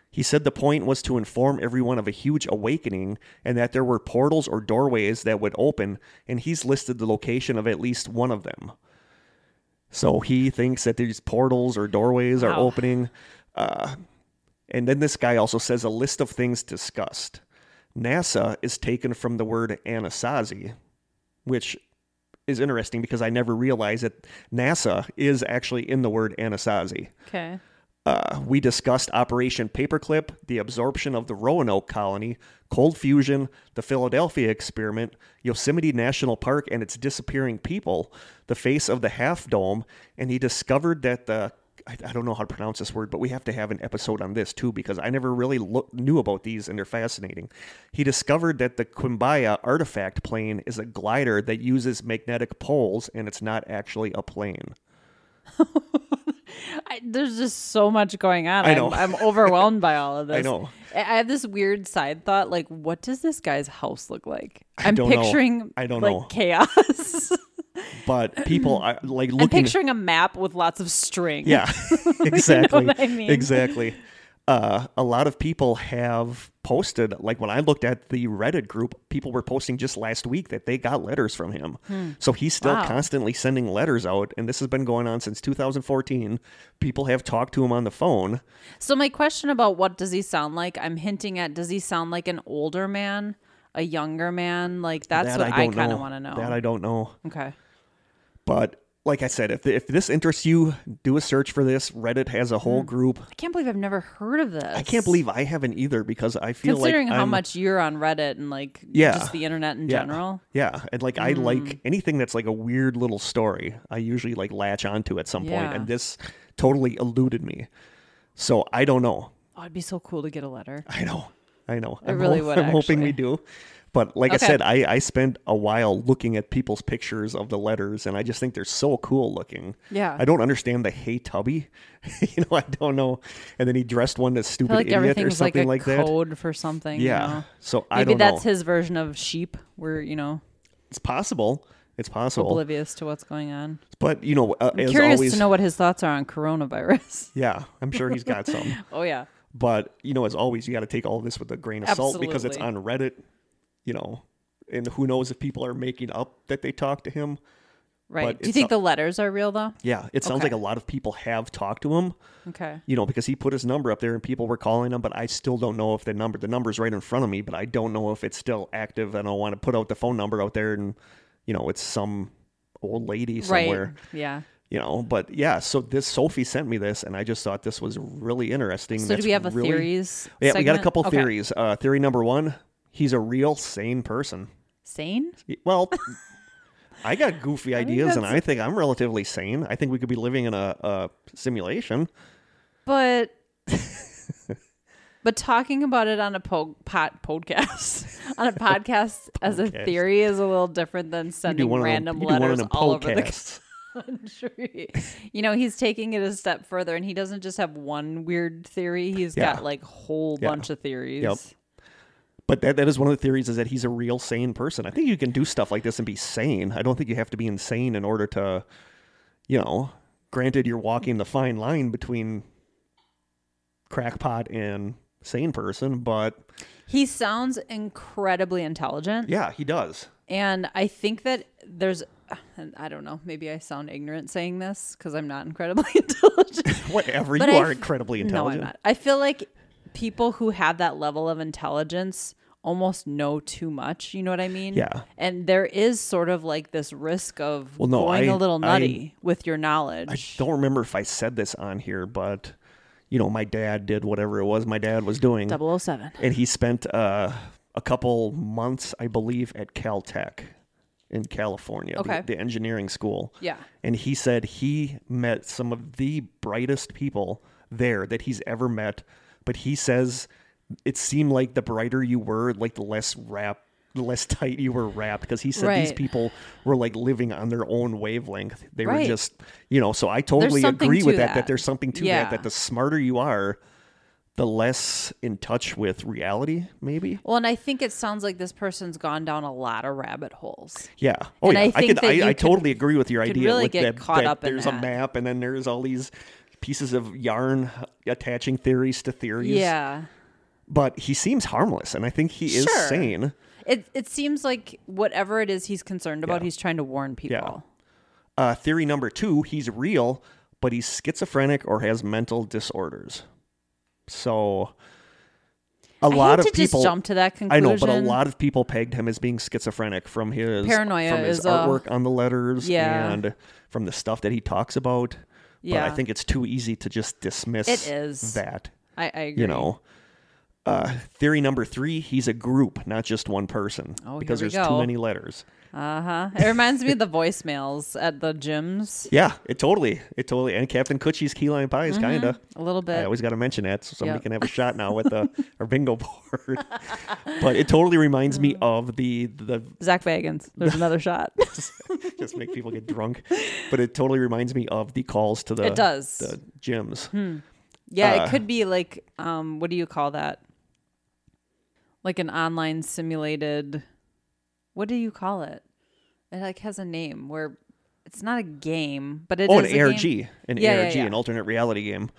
S1: He said the point was to inform everyone of a huge awakening and that there were portals or doorways that would open, and he's listed the location of at least one of them. So he thinks that these portals or doorways are
S2: Wow.
S1: opening. Uh, and then this guy also says a list of things discussed. NASA is taken from the word anasazi, which is interesting because I never realized that NASA is actually in the word anasazi.
S2: Okay.
S1: Uh, we discussed Operation Paperclip, the absorption of the Roanoke colony, cold fusion, the Philadelphia experiment, Yosemite National Park and its disappearing people, the face of the half dome, and he discovered that the I, I don't know how to pronounce this word, but we have to have an episode on this too because I never really look, knew about these and they're fascinating. He discovered that the Quimbaya artifact plane is a glider that uses magnetic poles and it's not actually a plane.
S2: I, there's just so much going on.
S1: I know.
S2: I'm, I'm overwhelmed by all of this.
S1: I know.
S2: I I have this weird side thought. Like, what does this guy's house look like? I'm
S1: don't know.
S2: picturing.
S1: I don't
S2: like,
S1: know.
S2: Chaos.
S1: But people are like
S2: I'm
S1: looking
S2: picturing a map with lots of string.
S1: Yeah, exactly.
S2: what I mean?
S1: Exactly. Uh, a lot of people have posted, like when I looked at the Reddit group, people were posting just last week that they got letters from him. So he's still
S2: Hmm. Wow.
S1: constantly sending letters out, and this has been going on since 2014. People have talked to him on the phone.
S2: So my question about what does he sound like? I'm hinting at does he sound like an older man, a younger man? Like that's
S1: That
S2: what
S1: I
S2: I,
S1: don't
S2: kind
S1: know.
S2: of want to know.
S1: That I don't know.
S2: okay.
S1: But like I said, if, if this interests you, do a search for this. Reddit has a
S2: Hmm.
S1: whole group.
S2: I can't believe I've never heard of this.
S1: I can't believe I haven't either because I feel
S2: considering
S1: like
S2: how
S1: I'm-
S2: much you're on Reddit and like
S1: Yeah.
S2: just the internet in
S1: Yeah.
S2: general. Mm-hmm.
S1: Yeah, and like I like anything that's like a weird little story. I usually like latch onto at some point,
S2: Yeah.
S1: and this totally eluded me. So I don't know.
S2: Oh, it'd be so cool to get a letter.
S1: I know. I know. I'm
S2: really
S1: ho-
S2: would,
S1: I'm hoping we
S2: actually.
S1: do. But like
S2: Okay.
S1: I said, I, I spent a while looking at people's pictures of the letters, and I just think they're so cool looking.
S2: Yeah.
S1: I don't understand the hey tubby. you know, I don't know. And then he dressed one that's
S2: I feel
S1: stupid
S2: like
S1: idiot or
S2: everything's like a
S1: something like, that.
S2: code for something. you
S1: Yeah.
S2: know?
S1: So I
S2: Maybe
S1: don't
S2: that's
S1: know.
S2: his version of sheep. We're you know
S1: It's possible. It's possible.
S2: oblivious to what's going on.
S1: But you know, uh, as
S2: Curious
S1: always,
S2: to know what his thoughts are on coronavirus.
S1: Yeah, I'm sure he's got some.
S2: oh yeah.
S1: But you know, as always, you got to take all this with a grain of salt because it's on
S2: Absolutely.
S1: Reddit. You know, and who knows if people are making up that they talked to him.
S2: Right.
S1: But
S2: Do you
S1: it's
S2: think
S1: not-
S2: the letters are real though?
S1: Yeah, it sounds
S2: Okay.
S1: like a lot of people have talked to him.
S2: Okay.
S1: You know, because he put his number up there and people were calling him, but I still don't know if the number the number's right in front of me, but I don't know if it's still active. I don't want to put out the phone number out there and you know, it's some old lady somewhere.
S2: Right. Yeah.
S1: You know, but yeah, so this Sophie sent me this, and I just thought this was really interesting.
S2: So
S1: That's
S2: do we have a
S1: really-
S2: theories?
S1: Yeah, we got a
S2: segment?
S1: couple
S2: Okay.
S1: theories. Uh, theory number one: he's a real sane person.
S2: Sane?
S1: Y- Well, I got goofy
S2: think
S1: ideas, and
S2: that's-
S1: I think I'm relatively sane. I think we could be living in a, a simulation.
S2: But but talking about it on a po- pot podcast on a podcast as a
S1: Podcast.
S2: theory is a little different than
S1: You do
S2: sending
S1: one
S2: random
S1: of them, you do one of
S2: letters
S1: them
S2: all over the
S1: podcasts.
S2: country. you know, he's taking it a step further, and he doesn't just have one weird theory. He's
S1: Yeah.
S2: got like whole
S1: Yeah.
S2: bunch of theories.
S1: Yep. But that, that is one of the theories is that he's a real sane person. I think you can do stuff like this and be sane. I don't think you have to be insane in order to, you know, granted you're walking the fine line between crackpot and sane person, but
S2: He sounds incredibly intelligent.
S1: yeah, he does.
S2: And I think that there's, and I don't know, maybe I sound ignorant saying this because I'm not incredibly intelligent.
S1: Whatever.
S2: But
S1: you
S2: I
S1: are
S2: f-
S1: incredibly
S2: no, I'm
S1: intelligent.
S2: not. I feel like people who have that level of intelligence almost know too much. You know what I mean?
S1: Yeah.
S2: And there is sort of like this risk of
S1: Well, no,
S2: going a
S1: I-
S2: little
S1: I-
S2: nutty with your knowledge.
S1: I don't remember if I said this on here, but you know, my dad did whatever it was my dad was doing.
S2: 007.
S1: and he spent uh, a couple months, I believe, at Caltech in California, the-
S2: Okay.
S1: the, engineering school.
S2: Yeah.
S1: And he said he met some of the brightest people there that he's ever met. But he says it seemed like the brighter you were, like the less wrap, the less tight you were wrapped. Because he said these
S2: Right.
S1: people were like living on their own wavelength. They were
S2: Right.
S1: just, you know. So I totally
S2: something
S1: agree
S2: to
S1: with that,
S2: that.
S1: That there's something to
S2: Yeah.
S1: that. That the smarter you are, the less in touch with reality, maybe.
S2: Well, and I think it sounds like this person's gone down a lot of rabbit holes.
S1: Yeah. Oh
S2: And
S1: yeah.
S2: I
S1: I,
S2: think
S1: could.
S2: that you
S1: I, I
S2: could-
S1: totally agree with your idea.
S2: really
S1: with
S2: get
S1: that,
S2: caught
S1: that
S2: up in
S1: there's
S2: that.
S1: a map, and then there's all these pieces of yarn attaching theories to theories.
S2: Yeah.
S1: But he seems harmless, and I think he is
S2: Sure.
S1: sane.
S2: It it seems like whatever it is he's concerned about,
S1: Yeah.
S2: he's trying to warn people.
S1: Uh, theory number two: he's real, but he's schizophrenic or has mental disorders. So. A
S2: I
S1: lot
S2: hate
S1: of
S2: to
S1: people
S2: just jump to that
S1: I
S2: conclusion.
S1: know, but a lot of people pegged him as being schizophrenic from his
S2: Paranoia
S1: from his
S2: is a-
S1: artwork on the letters,
S2: Yeah.
S1: and from the stuff that he talks about. but
S2: Yeah.
S1: I think it's too easy to just dismiss
S2: It is.
S1: that.
S2: I, I agree.
S1: You know, uh, theory number three: he's a group, not just one person,
S2: Oh, here
S1: because
S2: we
S1: there's
S2: go.
S1: too many letters.
S2: Uh huh. It reminds me of the voicemails at the gyms
S1: Yeah, it totally, it totally, and Captain Coochie's key lime pie is kinda.
S2: a little
S1: I
S2: bit.
S1: always got to mention that so somebody
S2: Mm-hmm. Yep.
S1: can have a shot now with the our bingo board. but it totally reminds
S2: Mm.
S1: me of the the
S2: Zach Bagans. There's another shot.
S1: just make people get drunk. But it totally reminds me of the calls to the
S2: It does.
S1: the gyms.
S2: Yeah,
S1: Uh,
S2: it could be like um, what do you call that? Like an online simulated. What do you call it? It like has a name where it's not a game, but it
S1: oh, an
S2: is a game.
S1: ARG, an
S2: Yeah, yeah,
S1: ARG,
S2: yeah.
S1: an alternate reality game.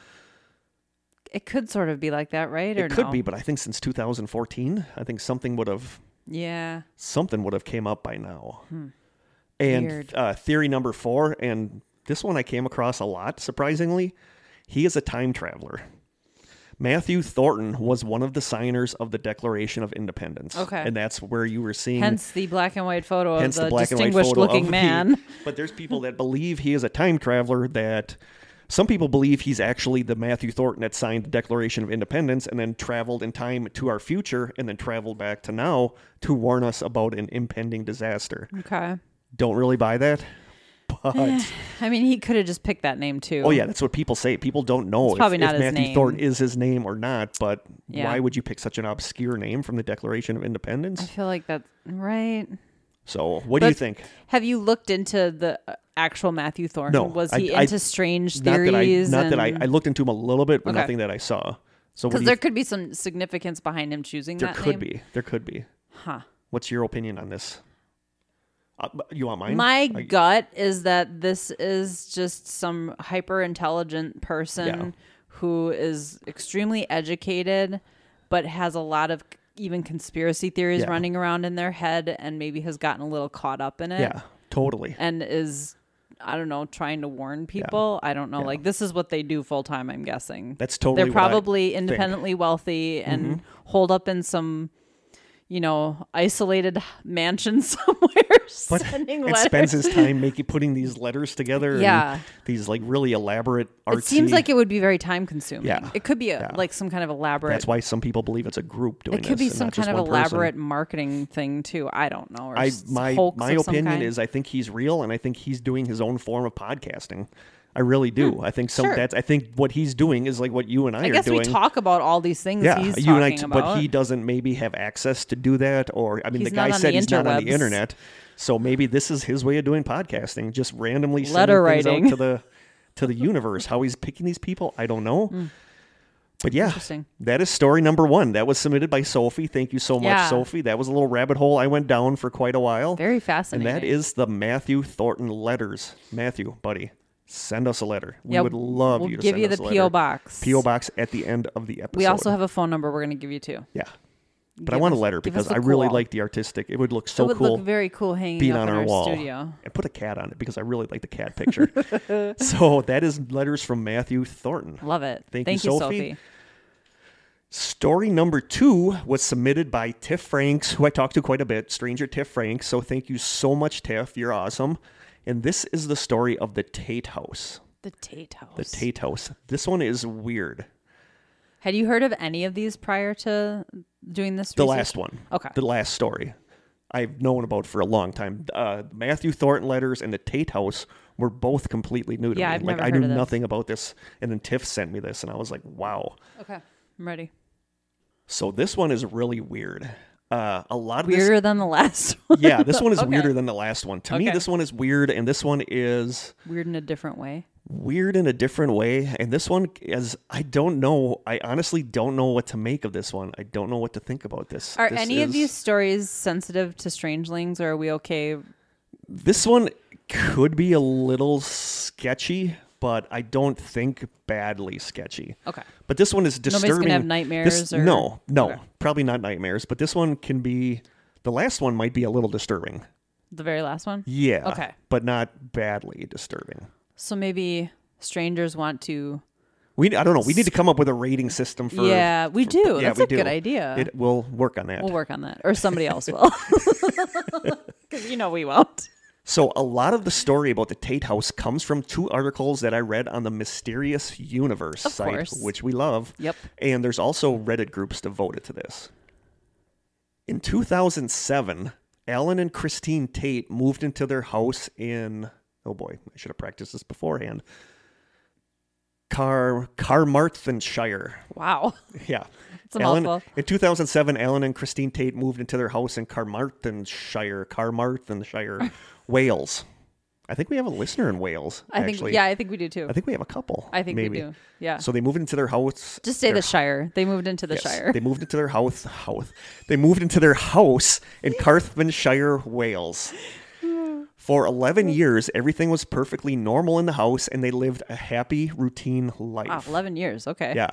S2: It could sort of be like that, right? or
S1: It could
S2: no?
S1: be, but I think since 2014, I think something would have
S2: Yeah.
S1: something would have came up by now. And
S2: Hmm. Weird.
S1: uh, theory number four, and this one I came across a lot. Surprisingly, he is a time traveler. Matthew Thornton was one of the signers of the Declaration of Independence.
S2: Okay.
S1: and that's where you were seeing
S2: Hence the black and white photo
S1: hence
S2: of
S1: the,
S2: the,
S1: black and white
S2: distinguished
S1: photo
S2: looking
S1: of
S2: man.
S1: The, but there's people that believe he is a time traveler. That some people believe he's actually the Matthew Thornton that signed the Declaration of Independence and then traveled in time to our future and then traveled back to now to warn us about an impending disaster.
S2: Okay.
S1: Don't really buy that,
S2: Eh.
S1: but
S2: I mean, he could have just picked that name too.
S1: oh yeah, that's what people say. People don't know if,
S2: probably not
S1: if
S2: his
S1: Matthew
S2: name.
S1: Thornton is his name or not. But
S2: Yeah.
S1: why would you pick such an obscure name from the Declaration of
S2: I
S1: Independence?
S2: feel like that's right.
S1: So what do you
S2: But-
S1: think?
S2: Have you looked into the uh, actual Matthew Thornton?
S1: No,
S2: Was
S1: I-
S2: he
S1: I-
S2: into strange
S1: not that I
S2: theories?
S1: not that I,
S2: and-
S1: I looked into him a little bit, but
S2: Okay.
S1: nothing that I saw. So what
S2: Because
S1: do
S2: there
S1: you,
S2: could be some significance behind him choosing
S1: there
S2: that
S1: could
S2: name.
S1: be there could be.
S2: Huh.
S1: What's your opinion on this? Uh, b- you want mine?
S2: My
S1: I-
S2: gut is that this is just some hyper intelligent person
S1: Yeah.
S2: who is extremely educated, but has a lot of even conspiracy theories
S1: Yeah.
S2: running around in their head and maybe has gotten a little caught up in it.
S1: yeah, totally.
S2: And is, I don't know, trying to warn people. I don't know. Like, this is what they do full time, I'm guessing.
S1: That's totally.
S2: They're
S1: what I
S2: probably
S1: think.
S2: independently wealthy and holed up in some, you know, isolated mansion somewhere
S1: But
S2: sending
S1: and
S2: letters.
S1: spends his time making putting these letters together. and
S2: Yeah.
S1: these like really elaborate artsy.
S2: it seems like it would be very time consuming.
S1: Yeah.
S2: It could be a,
S1: Yeah.
S2: like some kind of elaborate.
S1: that's why some people believe it's a group doing
S2: it could be
S1: this and
S2: some
S1: not just
S2: kind of
S1: one person.
S2: elaborate marketing thing too. I don't know. Or
S1: I
S2: s-
S1: my
S2: hoax
S1: my
S2: of some
S1: opinion
S2: kind.
S1: is I think he's real and I think he's doing his own form of podcasting. I really do. I think some
S2: Hmm. sure.
S1: that's I think what he's doing is like what you and I,
S2: I
S1: are
S2: guess
S1: doing.
S2: we talk about all these things
S1: yeah,
S2: he's
S1: you
S2: talking
S1: and I, t-
S2: about.
S1: but he doesn't maybe have access to do that. Or I mean,
S2: He's
S1: the
S2: not
S1: guy
S2: on
S1: said
S2: the
S1: he's not on the
S2: interwebs.
S1: internet, so maybe this is his way of doing podcasting, just randomly sending
S2: Letter
S1: things out
S2: writing.
S1: to the to the universe. How he's picking these people, I don't know. But yeah,
S2: Hmm. Interesting.
S1: that is story number one. That was submitted by Sophie. Thank you so
S2: Yeah.
S1: much, Sophie. That was a little rabbit hole I went down for quite a while.
S2: Very
S1: And
S2: fascinating.
S1: that is the Matthew Thornton letters. Matthew, buddy, send us a letter. We
S2: Yeah,
S1: would love
S2: we'll
S1: you to
S2: give
S1: send
S2: you
S1: us
S2: the
S1: a
S2: PO
S1: letter.
S2: box.
S1: PO box at the end of the episode.
S2: We also have a phone number we're going to give you too.
S1: yeah, but I
S2: Give
S1: want
S2: us-
S1: a letter
S2: give
S1: because
S2: us the
S1: I really
S2: call.
S1: like the artistic. It would look
S2: it
S1: so
S2: would
S1: cool
S2: look very cool hanging
S1: being
S2: up
S1: on
S2: in
S1: our,
S2: our,
S1: wall
S2: studio.
S1: and put a cat on it because I really like the cat picture. so that is letters from Matthew Thornton.
S2: Love it.
S1: Thank you,
S2: you,
S1: Sophie. Story number two was submitted by Tiff Franks, who I talked to quite a bit, Stranger Tiff Franks. So thank you so much, Tiff. You're awesome. And this is the story of the Tate House.
S2: The Tate House.
S1: The Tate House. This one is weird.
S2: Had you heard of any of these prior to doing this?
S1: The
S2: research?
S1: last one.
S2: Okay.
S1: The last story. I've known about for a long time. Uh, Matthew Thornton letters and the Tate House were both completely new to
S2: Yeah,
S1: me.
S2: I've
S1: like
S2: never
S1: I
S2: heard
S1: knew
S2: of this.
S1: nothing about this, and then Tiff sent me this, and I was like, "Wow!"
S2: Okay, I'm ready.
S1: So this one is really weird. Uh, a lot of this
S2: Weirder than the last one.
S1: yeah, this one is
S2: Okay.
S1: weirder than the last one. To me,
S2: Okay.
S1: this one is weird, and this one is
S2: Weird in a different way.
S1: weird in a different way. And this one is, I don't know. I honestly don't know what to make of this one. I don't know what to think about this.
S2: Are
S1: This
S2: any of
S1: is-
S2: these stories sensitive to strangelings, or are we okay?
S1: This one could be a little sketchy, but I don't think badly sketchy.
S2: Okay.
S1: But this one is
S2: gonna
S1: disturbing.
S2: have
S1: This-
S2: nightmares or-
S1: No, no,
S2: Okay.
S1: probably not nightmares. But this one can be. The last one might be a little disturbing.
S2: The very last one.
S1: Yeah.
S2: Okay.
S1: But not badly disturbing.
S2: So maybe strangers want to.
S1: We I don't know. We need to come up with a rating system for.
S2: yeah, we do.
S1: yeah,
S2: That's
S1: we
S2: a
S1: do.
S2: good idea.
S1: It we'll work on that.
S2: we'll work on that, or somebody else will. Because you know we won't.
S1: so a lot of the story about the Tate House comes from two articles that I read on the Mysterious Universe site,
S2: course.
S1: which we love.
S2: Yep.
S1: And there's also Reddit groups devoted to this. In 2007, Alan and Christine Tate moved into their house in oh boy, I should have practiced this beforehand. Car Carmarthenshire.
S2: Wow.
S1: Yeah.
S2: It's a
S1: Alan,
S2: mouthful.
S1: In 2007, Alan and Christine Tate moved into their house in Carmarthenshire, Carmarthenshire, Wales. I think we have a listener in Wales.
S2: I think.
S1: actually.
S2: Yeah, I think we do too.
S1: I think we have a couple.
S2: I think we
S1: maybe.
S2: do. Yeah.
S1: So they moved into their house.
S2: Just say
S1: their
S2: the Shire. They moved into the
S1: Yes.
S2: Shire.
S1: They moved into their house. house. They moved into their house in Carmarthenshire, Wales. For 11 years, everything was perfectly normal in the house, and they lived a happy, routine life.
S2: Wow, 11 years. Okay.
S1: Yeah.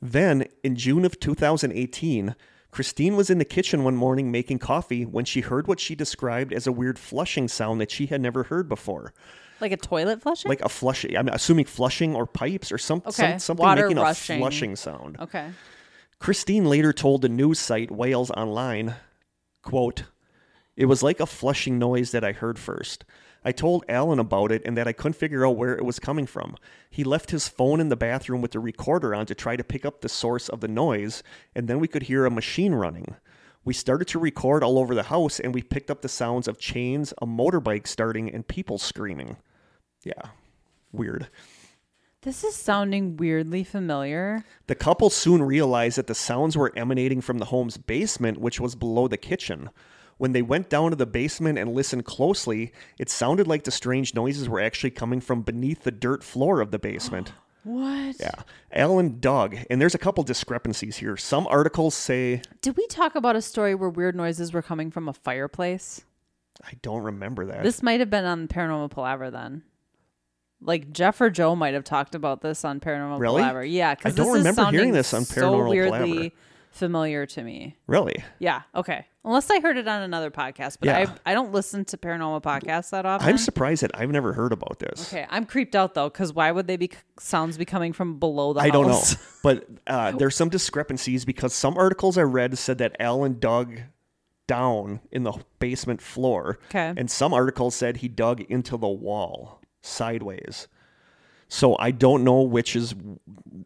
S1: Then in June of 2018, Christine was in the kitchen one morning making coffee when she heard what she described as a weird flushing sound that she had never heard before.
S2: Like a toilet flushing?
S1: Like a flushing, I'm assuming flushing or pipes or some, some-
S2: Hmm. Okay,
S1: something
S2: water
S1: making
S2: rushing.
S1: a flushing sound.
S2: okay.
S1: Christine later told the news site Wales Online, quote, It was like a flushing noise that I heard first. I told Alan about it and that I couldn't figure out where it was coming from. He left his phone in the bathroom with the recorder on to try to pick up the source of the noise, and then we could hear a machine running. We started to record all over the house and we picked up the sounds of chains, a motorbike starting, and people screaming. Yeah, weird.
S2: This is sounding weirdly familiar.
S1: The couple soon realized that the sounds were emanating from the home's basement, which was below the kitchen. When they went down to the basement and listened closely, it sounded like the strange noises were actually coming from beneath the dirt floor of the basement.
S2: What?
S1: Yeah. Alan Doug, and there's a couple discrepancies here. Some articles say,
S2: Did we talk about a story where weird noises were coming from a fireplace?
S1: I don't remember that.
S2: This might have been on Paranormal Palaver then. Like Jeff or Joe might have talked about this on Paranormal
S1: Really?
S2: Palaver. Yeah,
S1: I
S2: because
S1: don't
S2: this is
S1: remember
S2: sounding
S1: hearing this on
S2: so
S1: Paranormal
S2: weirdly
S1: Palaver.
S2: familiar to me.
S1: Really?
S2: Yeah. Okay. Unless I heard it on another podcast, but
S1: Yeah.
S2: I I don't listen to paranormal podcasts that often.
S1: I'm surprised that I've never heard about this.
S2: okay, I'm creeped out though, because why would they be sounds be coming from below the
S1: I don't know,
S2: house?
S1: but uh, there's some discrepancies because some articles I read said that Alan dug down in the basement floor,
S2: Okay.
S1: and some articles said he dug into the wall sideways. So I don't know which is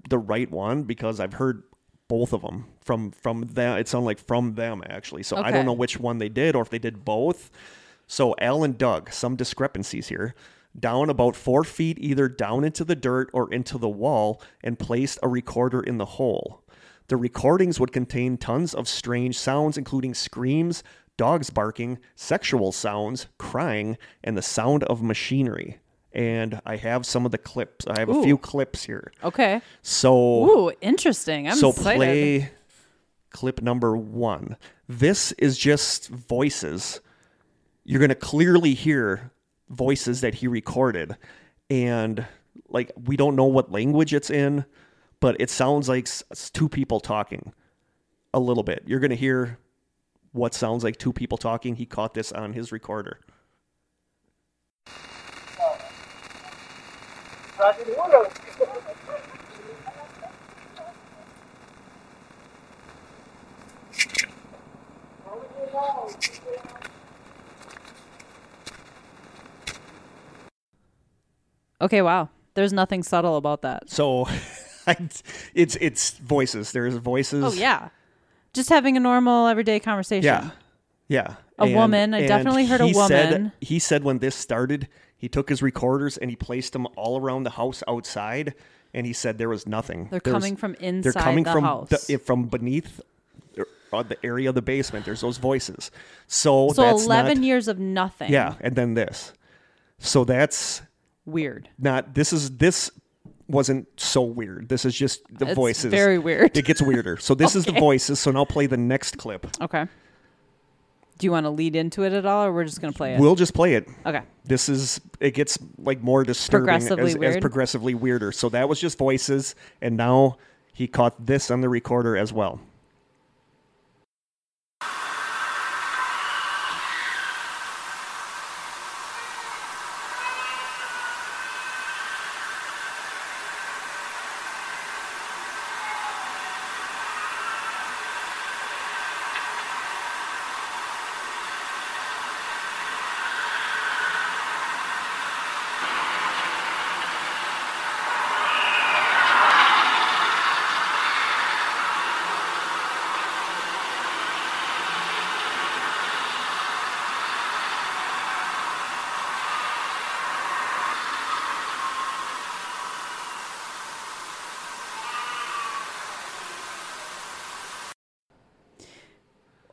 S1: the right one because I've heard both of them from from them. It sounded like from them actually. So I
S2: Okay.
S1: don't know which one they did or if they did both. So Al and Doug, some discrepancies here. Down about four feet, either down into the dirt or into the wall, and placed a recorder in the hole. The recordings would contain tons of strange sounds, including screams, dogs barking, sexual sounds, crying, and the sound of machinery. And I have some of the clips. I have a few clips here.
S2: Okay.
S1: So
S2: Ooh, interesting. I'm
S1: Oh. so
S2: excited.
S1: play clip number one. This is just voices. You're gonna clearly hear voices that he recorded, and like we don't know what language it's in, but it sounds like s- s- two people talking a little bit. You're gonna hear what sounds like two people talking. He caught this on his recorder.
S2: Okay. Wow. There's nothing subtle about that.
S1: So I- it's it's voices. There's voices.
S2: Oh yeah. Just having a normal everyday conversation.
S1: Yeah. Yeah.
S2: A woman. I
S1: and
S2: definitely heard a
S1: he said-
S2: woman.
S1: he said when this started, he took his recorders and he placed them all around the house outside. And he said there was nothing.
S2: They're
S1: There was-
S2: coming from
S1: They're
S2: inside
S1: coming
S2: the
S1: from
S2: house.
S1: The, if- from beneath er, uh, the area of the basement. There's those voices. So,
S2: so
S1: oh, that's
S2: 11
S1: not,
S2: years of nothing.
S1: Yeah. And then this. So that's
S2: Weird.
S1: not, this is, this wasn't so weird. This is just the
S2: It's
S1: voices.
S2: very weird.
S1: It gets weirder. So this is the voices. So now play the next clip.
S2: Okay. Do you want to lead into it at all, or we're just gonna play it?
S1: We'll just play it.
S2: okay.
S1: this is it gets like more disturbing
S2: Progressively
S1: as, as
S2: weird.
S1: progressively weirder so that was just voices and now he caught this on the recorder as well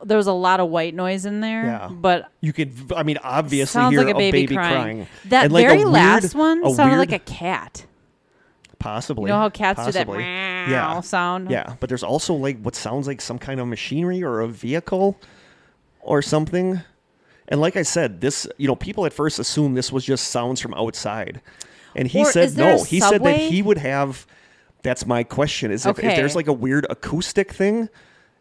S2: There was a lot of white noise in there.
S1: Yeah.
S2: But
S1: you could i mean obviously
S2: sounds
S1: hear
S2: like a baby, crying. That
S1: And, like, a
S2: very
S1: weird-
S2: last one
S1: a
S2: sounded
S1: weird-
S2: like a cat.
S1: possibly
S2: You know how cats
S1: possibly.
S2: do that
S1: yeah
S2: meow sound?
S1: yeah but there's also like what sounds like some kind of machinery or a vehicle or something and like i said this you know people at first assumed this was just sounds from outside and he
S2: Or
S1: said
S2: is there a
S1: no he said that
S2: subway?
S1: he would have that's my question is if, if
S2: Okay.
S1: there's like a weird acoustic thing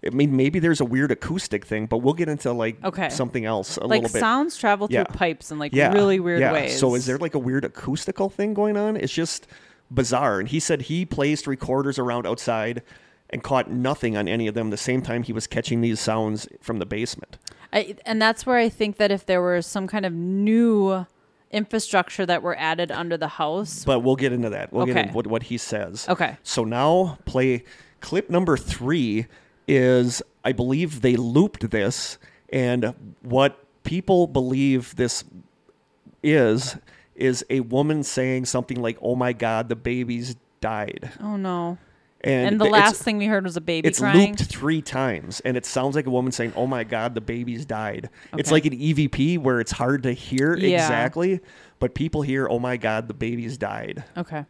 S1: i mean maybe there's a weird acoustic thing but we'll get into like
S2: Okay.
S1: something else a
S2: Like
S1: little bit
S2: sounds travel through
S1: Yeah.
S2: pipes in like
S1: yeah
S2: really weird
S1: yeah.
S2: ways.
S1: so is there like a weird acoustical thing going on it's just bizarre and he said he placed recorders around outside and caught nothing on any of them the same time he was catching these sounds from the basement
S2: I, and that's where I think that if there were some kind of new infrastructure that were added under the house,
S1: but we'll get into that we'll get
S2: Okay.
S1: into what, what he says
S2: Okay.
S1: so now play clip number three is i believe they looped this and what people believe this is is a woman saying something like oh my god the baby's died
S2: oh no.
S1: and,
S2: And, the
S1: th-
S2: last
S1: it's,
S2: thing we heard was a baby
S1: it's
S2: crying.
S1: looped three times and it sounds like a woman saying oh my god the baby's died it's
S2: Okay.
S1: like an evp where it's hard to hear
S2: Yeah.
S1: exactly but people hear oh my god the baby's died
S2: Okay.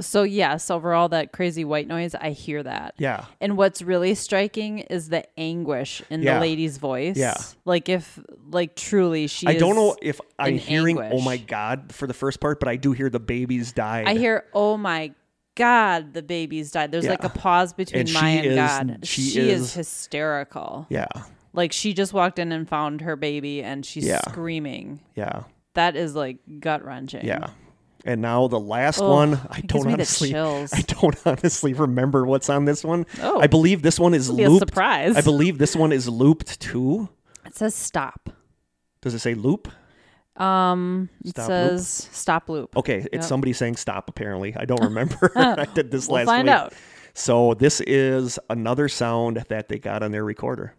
S2: So, yes, over all that crazy white noise, I hear that.
S1: Yeah.
S2: And what's really striking is the anguish in
S1: Yeah.
S2: the lady's voice.
S1: Yeah.
S2: Like, if, like, truly, she
S1: I don't
S2: is-
S1: know if I'm
S2: in
S1: hearing "Oh
S2: anguish.
S1: my God" for the first part, but I do hear the babies died.
S2: I hear, oh my God, the baby's died. There's like
S1: Yeah.
S2: a pause between
S1: And
S2: my
S1: she
S2: and
S1: is-
S2: God.
S1: she
S2: is,
S1: is-
S2: hysterical.
S1: Yeah,
S2: Like she just walked in and found her baby and she's
S1: Yeah.
S2: screaming.
S1: yeah,
S2: That is like gut wrenching.
S1: yeah. And now the last
S2: Ugh,
S1: one, I
S2: Oh, it gives
S1: don't
S2: me the
S1: honestly,
S2: chills.
S1: I don't honestly remember what's on this one.
S2: Oh.
S1: I believe this one is
S2: Be a
S1: looped.
S2: surprise.
S1: I believe this one is looped too.
S2: It says stop.
S1: Does it say loop?
S2: Um, it
S1: Stop loop? Oh,
S2: says stop loop.
S1: Okay, it's
S2: Yep.
S1: somebody saying stop. Apparently, I don't remember. I did this
S2: We'll
S1: last
S2: find
S1: week.
S2: out.
S1: So this is another sound that they got on their recorder.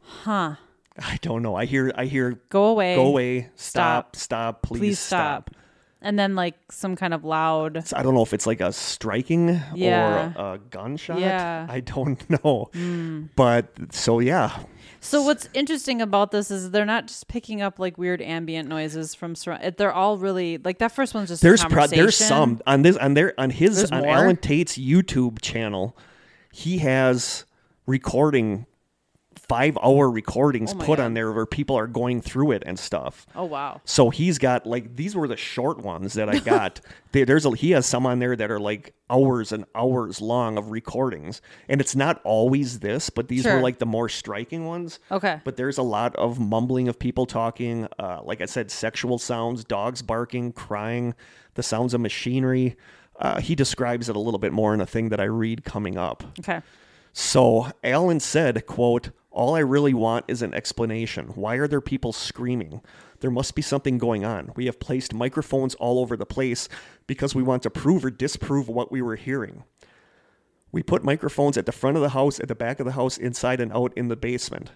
S2: Huh.
S1: I don't know. I hear. I hear.
S2: Go away.
S1: Go away. Stop. Stop.
S2: Stop.
S1: please,
S2: Please
S1: stop.
S2: stop. And then like some kind of loud.
S1: So I don't know if it's like a striking
S2: Yeah.
S1: or a, a gunshot.
S2: Yeah. Hmm.
S1: I don't know. But so yeah,
S2: So what's interesting about this is they're not just picking up like weird ambient noises from surround. They're all really like that first one's just a
S1: there's pro- there's
S2: conversation.
S1: some on this on their on his
S2: There's
S1: on
S2: more?
S1: Alan Tate's YouTube channel. He has recording five hour recordings
S2: Oh my
S1: put
S2: God.
S1: on there where people are going through it and stuff.
S2: Oh wow.
S1: So he's got like these were the short ones that I got. There- There's a, he has some on there that are like hours and hours long of recordings, and it's not always this, but these were
S2: Sure.
S1: like the more striking ones.
S2: Okay.
S1: But there's a lot of mumbling of people talking, uh, like I said, sexual sounds, dogs barking, crying, the sounds of machinery. Uh, he describes it a little bit more in a thing that I read coming up.
S2: Okay.
S1: So Allen said, quote, all I really want is an explanation. Why are there people screaming? There must be something going on. We have placed microphones all over the place because we want to prove or disprove what we were hearing. We put microphones at the front of the house, at the back of the house, inside and out in the basement.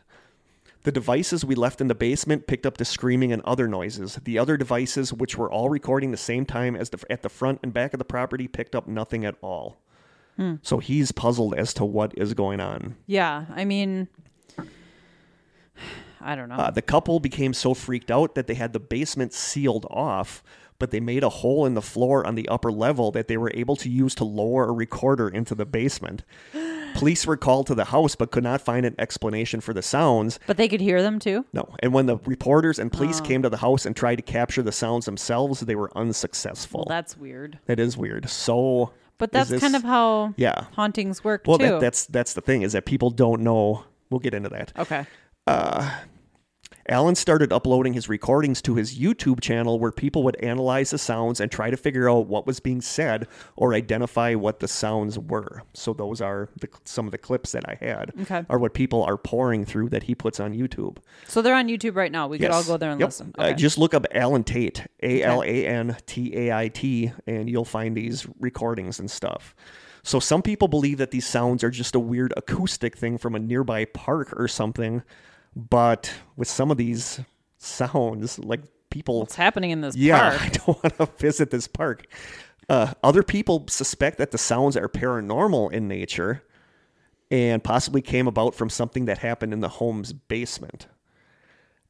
S1: The devices we left in the basement picked up the screaming and other noises. The other devices, which were all recording the same time as the, at the front and back of the property, picked up nothing at all. So he's puzzled as to what is going on.
S2: Yeah. I mean, I don't know.
S1: Uh, the couple became so freaked out that they had the basement sealed off, but they made a hole in the floor on the upper level that they were able to use to lower a recorder into the basement. Police were called to the house but could not find an explanation for the sounds.
S2: but they could hear them too.
S1: No. And when the reporters and police came to the house and tried to capture the sounds themselves, they were unsuccessful.
S2: Well, that's weird.
S1: that is weird. So,
S2: But
S1: is
S2: that's
S1: this-
S2: kind of how
S1: yeah.
S2: hauntings work
S1: Well,
S2: too.
S1: that, that's that's the thing is that people don't know. We'll get into that.
S2: okay.
S1: Alan started uploading his recordings to his YouTube channel where people would analyze the sounds and try to figure out what was being said or identify what the sounds were. So those are the, some of the clips that I had
S2: Okay.
S1: are what people are pouring through that he puts on YouTube.
S2: So they're on YouTube right now. We could all
S1: Yes.
S2: go there and
S1: Yep.
S2: listen.
S1: Uh,
S2: Okay.
S1: just look up Alan Tate, A L A N T A I T, and you'll find these recordings and stuff. So some people believe that these sounds are just a weird acoustic thing from a nearby park or something, but with some of these sounds, like people
S2: What's happening in this
S1: yeah,
S2: park?
S1: I don't want to visit this park. Uh, other people suspect that the sounds are paranormal in nature and possibly came about from something that happened in the home's basement.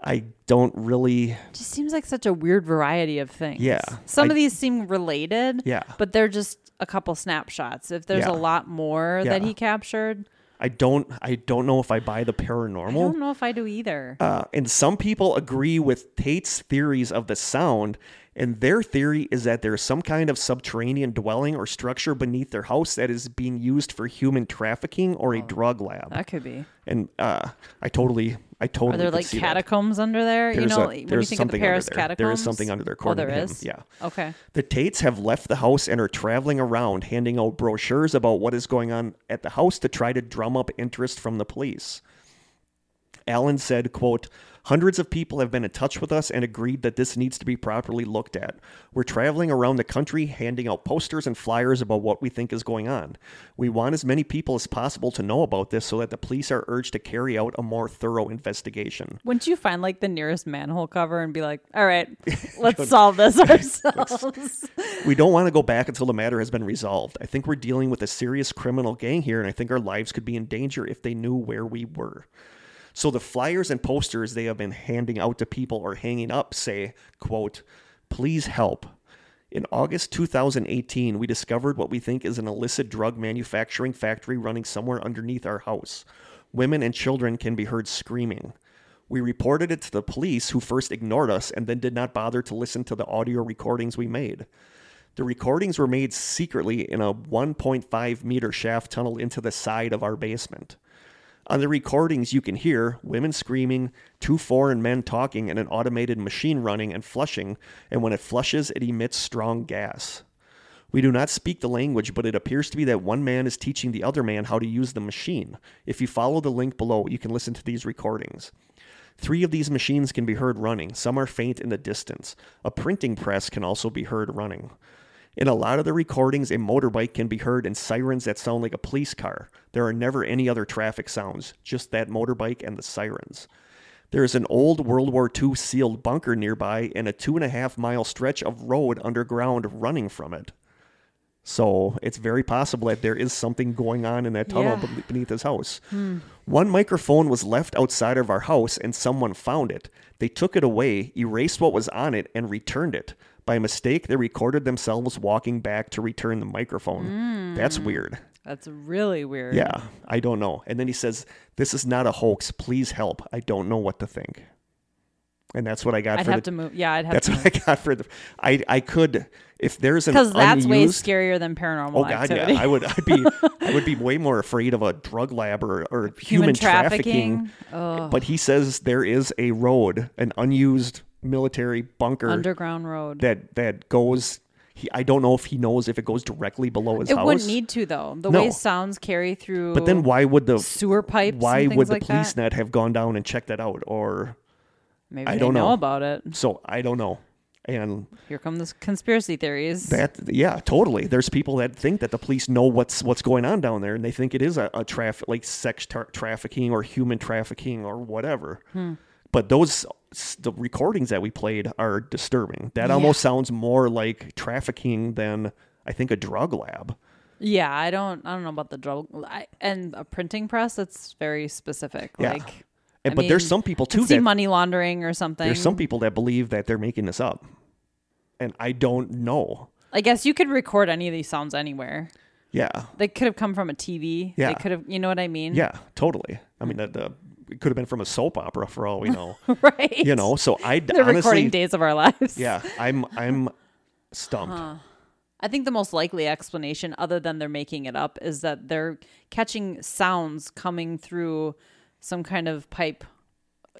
S1: I don't really.
S2: just seems like such a weird variety of things.
S1: Yeah.
S2: Some
S1: I-
S2: of these seem related.
S1: Yeah.
S2: But they're just a couple snapshots. If there's
S1: Yeah.
S2: a lot more that
S1: Yeah.
S2: he captured,
S1: I don't. I don't know if I buy the
S2: I
S1: paranormal.
S2: don't know if I do either.
S1: Uh, and some people agree with Tate's theories of the sound, and their theory is that there is some kind of subterranean dwelling or structure beneath their house that is being used for human trafficking or
S2: Oh.
S1: a drug lab.
S2: that could be.
S1: and uh, I totally, I totally.
S2: Are there
S1: could
S2: like
S1: see that.
S2: catacombs under there? you
S1: There's
S2: know,
S1: a-
S2: when you
S1: there's
S2: think of the
S1: something under
S2: Paris
S1: there.
S2: catacombs,
S1: There is something under there,
S2: Oh,
S1: according
S2: there
S1: to him.
S2: is.
S1: Yeah.
S2: Okay.
S1: The Tates have left the house and are traveling around, handing out brochures about what is going on at the house to try to drum up interest from the police. Allen said, quote, Hundreds of people have been in touch with us and agreed that this needs to be properly looked at. We're traveling around the country handing out posters and flyers about what we think is going on. We want as many people as possible to know about this so that the police are urged to carry out a more thorough investigation.
S2: Wouldn't you find like the nearest manhole cover and be like, all right, let's solve this ourselves?
S1: We don't want to go back until the matter has been resolved. I think we're dealing with a serious criminal gang here, and I think our lives could be in danger if they knew where we were. So the flyers and posters they have been handing out to people or hanging up say, quote, please help. In August 2018, we discovered what we think is an illicit drug manufacturing factory running somewhere underneath our house. Women and children can be heard screaming. We reported it to the police, who first ignored us and then did not bother to listen to the audio recordings we made. The recordings were made secretly in a 1.5 meter shaft tunneled into the side of our basement. On the recordings, you can hear women screaming, two foreign men talking, and an automated machine running and flushing, and when it flushes, it emits strong gas. We do not speak the language, but it appears to be that one man is teaching the other man how to use the machine. If you follow the link below, you can listen to these recordings. Three of these machines can be heard running, some are faint in the distance. A printing press can also be heard running. In a lot of the recordings, a motorbike can be heard and sirens that sound like a police car. There are never any other traffic sounds, just that motorbike and the sirens. There is an old World War II sealed bunker nearby and a two and a half mile stretch of road underground running from it. So it's very possible that there is something going on in that tunnel
S2: Yeah. Hmm.
S1: be- beneath his house. One microphone was left outside of our house and someone found it. They took it away, erased what was on it, and returned it. By mistake, they recorded themselves walking back to return the microphone.
S2: Hmm.
S1: That's weird.
S2: That's really weird.
S1: Yeah, I don't know. And then he says, This is not a hoax. Please help. I don't know what to think. And that's what I got
S2: I'd
S1: for
S2: have
S1: the.
S2: to move. Yeah, I'd have
S1: that's
S2: to
S1: what I got for the. I, I could, if there's an.
S2: Because that's way
S1: unused,
S2: scarier than paranormal
S1: Oh God,
S2: activity.
S1: yeah. I would, I'd be, I would be way more afraid of a drug lab or, or human, trafficking. But he says there is a road, an unused military bunker
S2: Underground road.
S1: that that goes. He, I don't know if he knows if it goes directly below his
S2: It
S1: house.
S2: wouldn't need to though. The
S1: No.
S2: way sounds carry through
S1: but then why would the
S2: sewer pipes.
S1: why
S2: and
S1: would
S2: things
S1: the
S2: like
S1: police
S2: that.
S1: not have gone down and checked that out? Or
S2: Maybe
S1: I
S2: they
S1: don't know.
S2: know about it.
S1: so I don't know. And
S2: Here come the conspiracy theories.
S1: that yeah, totally. There's people that think that the police know what's what's going on down there, and they think it is a, a traffic like sex tra- trafficking or human trafficking or whatever.
S2: Hmm.
S1: But those s- the recordings that we played are disturbing. That almost sounds more like trafficking than I think a drug lab.
S2: yeah, I don't. I don't know about the drug I, and a printing press. That's very specific.
S1: Yeah.
S2: Like,
S1: And
S2: I
S1: but there's
S2: mean,
S1: some people
S2: I could
S1: too
S2: see
S1: that
S2: money laundering or something.
S1: there's some people that believe that they're making this up, and I don't know.
S2: I guess you could record any of these sounds anywhere.
S1: Yeah,
S2: They could have come from a TV.
S1: Yeah.
S2: They could have. You know what I mean?
S1: yeah, totally. I mean, that the, it could have been from a soap opera for all we know.
S2: right.
S1: you know, so I
S2: They're
S1: honestly,
S2: recording days of our lives.
S1: yeah, I'm I'm stumped.
S2: I think the most likely explanation, other than they're making it up, is that they're catching sounds coming through some kind of pipe.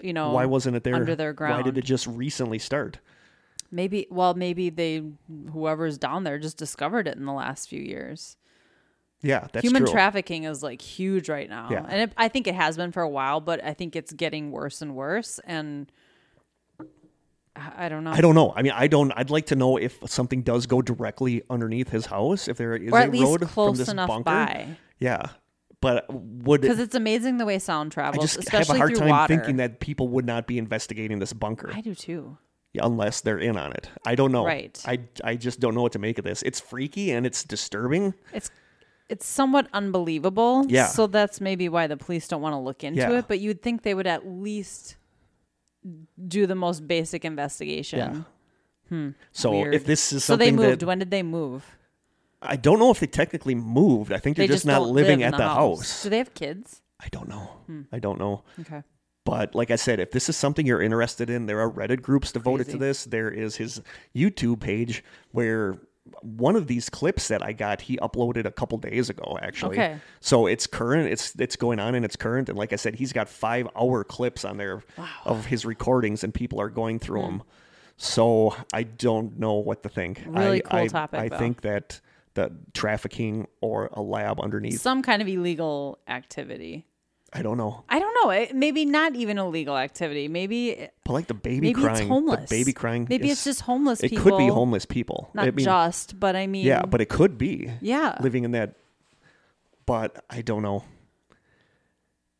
S2: You know,
S1: Why wasn't it there
S2: under their
S1: Why did
S2: ground?
S1: it just recently start?
S2: Maybe, well, maybe they, whoever's down there, just discovered it in the last few years.
S1: Yeah, that's
S2: Human
S1: true.
S2: trafficking is like huge right now,
S1: Yeah.
S2: and it, I think it has been for a while, but I think it's getting worse and worse. And I, I don't know.
S1: I don't know. I mean, I don't. I'd like to know if something does go directly underneath his house, if there is
S2: or
S1: a
S2: at least
S1: road from
S2: close
S1: this
S2: enough
S1: bunker.
S2: by,
S1: Yeah, but would
S2: because it's amazing the way sound
S1: I
S2: travels,
S1: just have
S2: especially
S1: a hard
S2: through
S1: time
S2: water.
S1: thinking that people would not be investigating this bunker
S2: I do too.
S1: unless they're in on it. I don't know.
S2: Right.
S1: I I just don't know what to make of this. It's freaky and it's disturbing.
S2: It's it's somewhat unbelievable.
S1: Yeah.
S2: So that's maybe why the police don't want to look into
S1: Yeah.
S2: it. But you'd think they would at least do the most basic investigation.
S1: Yeah. So
S2: Weird.
S1: if this is
S2: So they
S1: something that
S2: moved. when did they move?
S1: I don't know if they technically moved. I think they're
S2: they
S1: just, not
S2: don't
S1: living at
S2: live in
S1: the, house.
S2: Do they have kids?
S1: I don't know.
S2: Hmm.
S1: I don't know.
S2: Okay.
S1: But like I said, if this is something you're interested in, there are Reddit groups devoted to this. There is his YouTube page where one of these clips that I got he uploaded a couple days ago actually.
S2: Okay.
S1: So it's current, it's it's going on and it's current and like I said he's got 5 hour clips on there of his recordings and people are going through
S2: Hmm.
S1: them. So I don't know what to think.
S2: Really
S1: I,
S2: cool
S1: I-
S2: topic,
S1: I
S2: though.
S1: think that the trafficking or a lab underneath
S2: Some kind of illegal activity.
S1: I don't know.
S2: I don't know. It, maybe not even a legal activity. Maybe
S1: But like the baby
S2: maybe
S1: crying,
S2: it's
S1: the
S2: homeless.
S1: baby crying.
S2: Maybe
S1: is-
S2: it's just homeless
S1: It
S2: people.
S1: could be homeless people.
S2: Not
S1: I mean,
S2: just, but I mean
S1: Yeah, but it could be.
S2: Yeah.
S1: Living in that. But I don't know.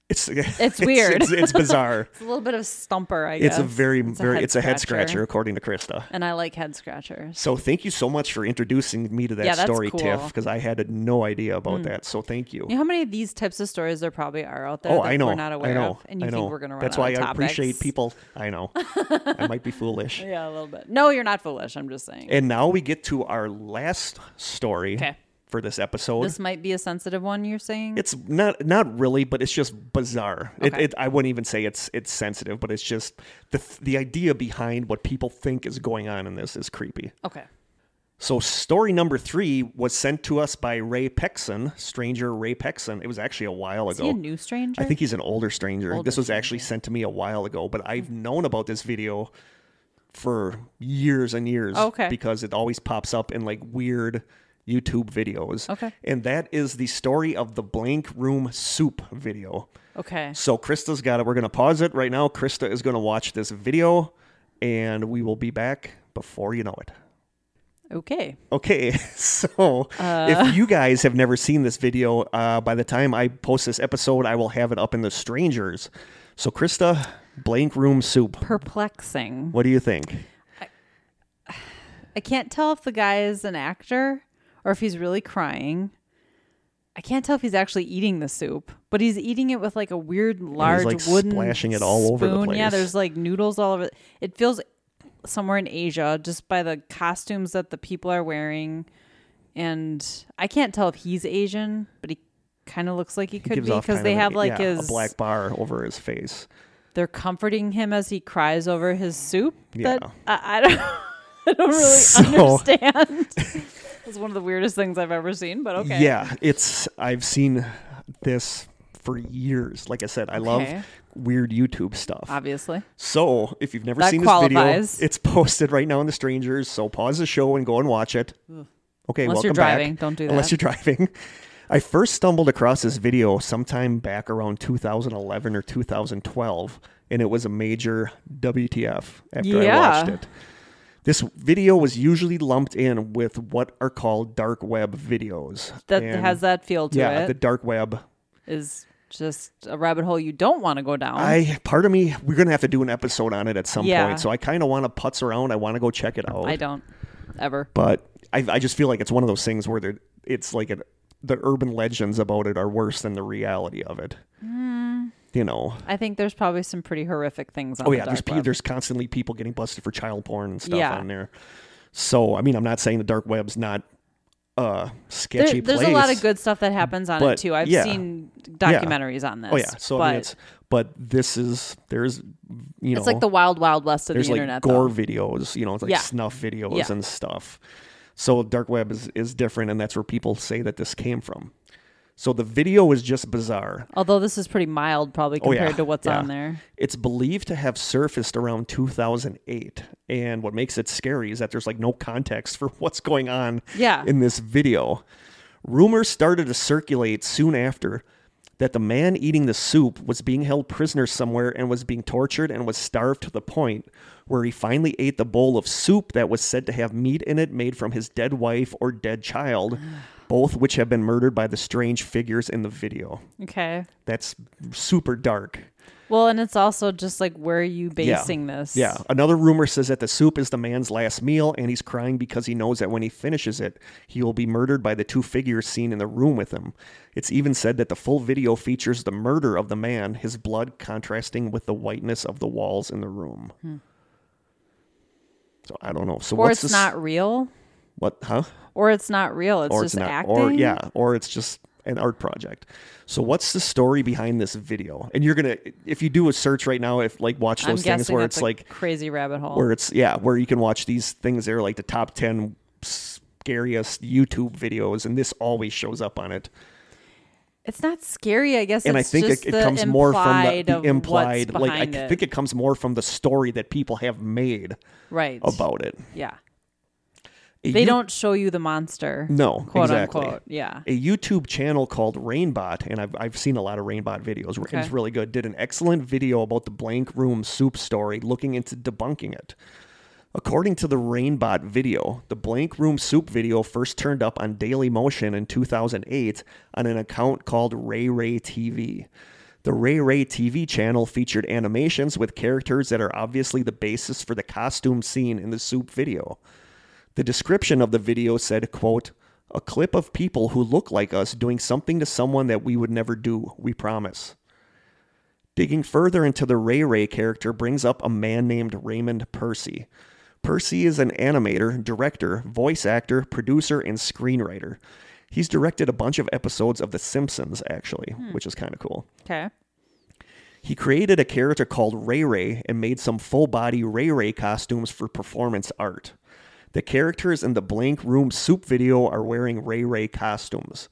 S1: It's it's,
S2: weird.
S1: It's, it's bizarre.
S2: it's a little bit of stumper, I guess.
S1: it's a very very
S2: head
S1: it's a head scratcher according to Krista.
S2: And I like head scratchers.
S1: So thank you so much for introducing me to that
S2: Yeah, that's
S1: story, Tiff,
S2: cool. Mm.
S1: because I had no idea about that. So thank you.
S2: You know how many of these types of stories there probably are out there
S1: Oh,
S2: that
S1: I know.
S2: we're not aware
S1: I know.
S2: of, and you
S1: I know.
S2: think we're going to run
S1: That's
S2: out
S1: why
S2: of
S1: I appreciate
S2: topics.
S1: people. I know. I might be foolish.
S2: Yeah, a little bit. No, you're not foolish. I'm just saying.
S1: And now we get to our last story
S2: Okay.
S1: for this episode.
S2: this might be a sensitive one. You're saying
S1: it's not not really, but it's just bizarre. It,
S2: Okay.
S1: it, I wouldn't even say it's it's sensitive, but it's just the the idea behind what people think is going on in this is creepy.
S2: okay.
S1: So story number three was sent to us by Ray Pexon, stranger Ray Pexon. It was actually a while
S2: Is
S1: ago.
S2: he a new stranger?
S1: I think he's an older stranger.
S2: Older Mm-hmm.
S1: this was actually sent to me a while ago, but I've known about this video for years and years.
S2: Oh, Okay.
S1: Because it always pops up in like weird YouTube videos.
S2: Okay.
S1: And that is the story of the blank room soup video.
S2: okay.
S1: So Krista's got it. We're going to pause it right now. Krista is going to watch this video and we will be back before you know it.
S2: Okay.
S1: Okay, so
S2: Uh.
S1: if you guys have never seen this video, uh, by the time I post this episode, I will have it up in the strangers. So, Krista, blank room soup.
S2: Perplexing.
S1: What do you think?
S2: I can't tell if the guy is an actor or if he's really crying. I can't tell if he's actually eating the soup, but he's eating it with like a weird large
S1: like,
S2: wooden
S1: splashing it all over the
S2: spoon. Yeah,
S1: place.
S2: there's like noodles all over. It feels somewhere in Asia just by the costumes that the people are wearing. And I can't tell if he's Asian, but he kind of looks like he could
S1: Gives
S2: be
S1: off
S2: because
S1: kind
S2: they
S1: of
S2: have
S1: a-
S2: like
S1: yeah,
S2: his
S1: a black bar over his face.
S2: they're comforting him as he cries over his soup.
S1: Yeah.
S2: That I, I don't, I don't really
S1: So-
S2: understand. It's one of the weirdest things I've ever seen, but okay.
S1: Yeah, it's I've seen this for years. Like I said, I
S2: Okay.
S1: love weird YouTube stuff.
S2: Obviously.
S1: So, if you've never
S2: That
S1: seen this
S2: qualifies.
S1: video, it's posted right now in the strangers. So pause the show and go and watch it. Okay,
S2: Unless
S1: welcome
S2: you're driving.
S1: back.
S2: Don't do
S1: Unless
S2: that.
S1: you're driving. I first stumbled across this video sometime back around 2011 or 2012, and it was a major WTF after
S2: Yeah.
S1: I watched it. This video was usually lumped in with what are called dark web videos.
S2: That
S1: And-
S2: has that feel to
S1: yeah,
S2: it.
S1: the dark web
S2: Is just a rabbit hole you don't want to go down.
S1: I part of me we're gonna have to do an episode on it at some
S2: Yeah.
S1: point, so I kind of want to putz around. I want to go check it out,
S2: I don't ever.
S1: but I, I just feel like it's one of those things where there- it's like an, the urban legends about it are worse than the reality of it. You know,
S2: I think there's probably some pretty horrific things on
S1: oh
S2: Hmm. the
S1: yeah, there's
S2: dark
S1: pe-
S2: web.
S1: there's constantly people getting busted for child porn and stuff
S2: Yeah.
S1: on there. So I mean, I'm not saying the dark web's not a
S2: There-
S1: sketchy
S2: there's
S1: place.
S2: a lot of good stuff that happens on
S1: But,
S2: it too. I've
S1: yeah.
S2: seen documentaries on this.
S1: Oh yeah, so
S2: but
S1: I mean, it's but this is there's you know
S2: it's like the wild, wild west of the
S1: there's like
S2: internet.
S1: gore
S2: though.
S1: videos, you know, it's like
S2: Yeah.
S1: snuff videos
S2: Yeah.
S1: and stuff. So dark web is, is different, and that's where people say that this came from. So the video is just bizarre.
S2: Although this is pretty mild, probably
S1: Oh, yeah.
S2: compared to what's
S1: Yeah.
S2: on there.
S1: It's believed to have surfaced around 2008, and what makes it scary is that there's like no context for what's going on
S2: Yeah.
S1: in this video. Rumors started to circulate soon after that the man eating the soup was being held prisoner somewhere and was being tortured and was starved to the point where he finally ate the bowl of soup that was said to have meat in it made from his dead wife or dead child, both which have been murdered by the strange figures in the video.
S2: Okay.
S1: That's super dark.
S2: Well, and it's also just like where are you
S1: Yeah.
S2: basing this?
S1: Yeah. Another rumor says that the soup is the man's last meal, and he's crying because he knows that when he finishes it, he will be murdered by the two figures seen in the room with him. It's even said that the full video features the murder of the man, his blood contrasting with the whiteness of the walls in the room. So I don't know. So
S2: Hmm. Or
S1: what's
S2: it's
S1: this-
S2: not real.
S1: what? Huh?
S2: Or it's not real. It's
S1: or
S2: just
S1: it's not,
S2: acting.
S1: or yeah, or it's just an art project. So what's the story behind this video? And you're gonna, if you do a search right now, if like watch
S2: I'm
S1: those
S2: guessing
S1: things where
S2: that's
S1: it's
S2: a
S1: like
S2: crazy rabbit hole.
S1: where it's yeah where you can watch these things that are like the top 10 scariest youtube videos and this always shows up on it
S2: it's not scary, I guess.
S1: and i
S2: it's
S1: think
S2: just
S1: it, it
S2: the
S1: comes more from the,
S2: implied
S1: the
S2: of what's
S1: implied like i
S2: behind it.
S1: think it comes more from the story that people have made
S2: right
S1: about it
S2: yeah.
S1: A
S2: They
S1: Yo-
S2: don't show you the monster.
S1: No,
S2: Quote
S1: exactly.
S2: unquote. Yeah.
S1: a YouTube channel called Rainbot, and I've, I've seen a lot of Rainbot videos. Rain's
S2: Okay.
S1: really good. Did an excellent video about the blank room soup story, looking into debunking it. According to the Rainbot video, the blank room soup video first turned up on Daily Motion in 2008 on an account called Ray Ray TV. The Ray Ray TV channel featured animations with characters that are obviously the basis for the costume scene in the soup video. The description of the video said, quote, a clip of people who look like us doing something to someone that we would never do, we promise. Digging further into the Ray Ray character brings up a man named Raymond Percy. Percy is an animator, director, voice actor, producer, and screenwriter. He's directed a bunch of episodes of The Simpsons, actually, which is kind of cool.
S2: Okay.
S1: He created a character called Ray Ray and made some full body Ray Ray costumes for performance art. The characters in the Blank Room Soup video are wearing Ray Ray costumes.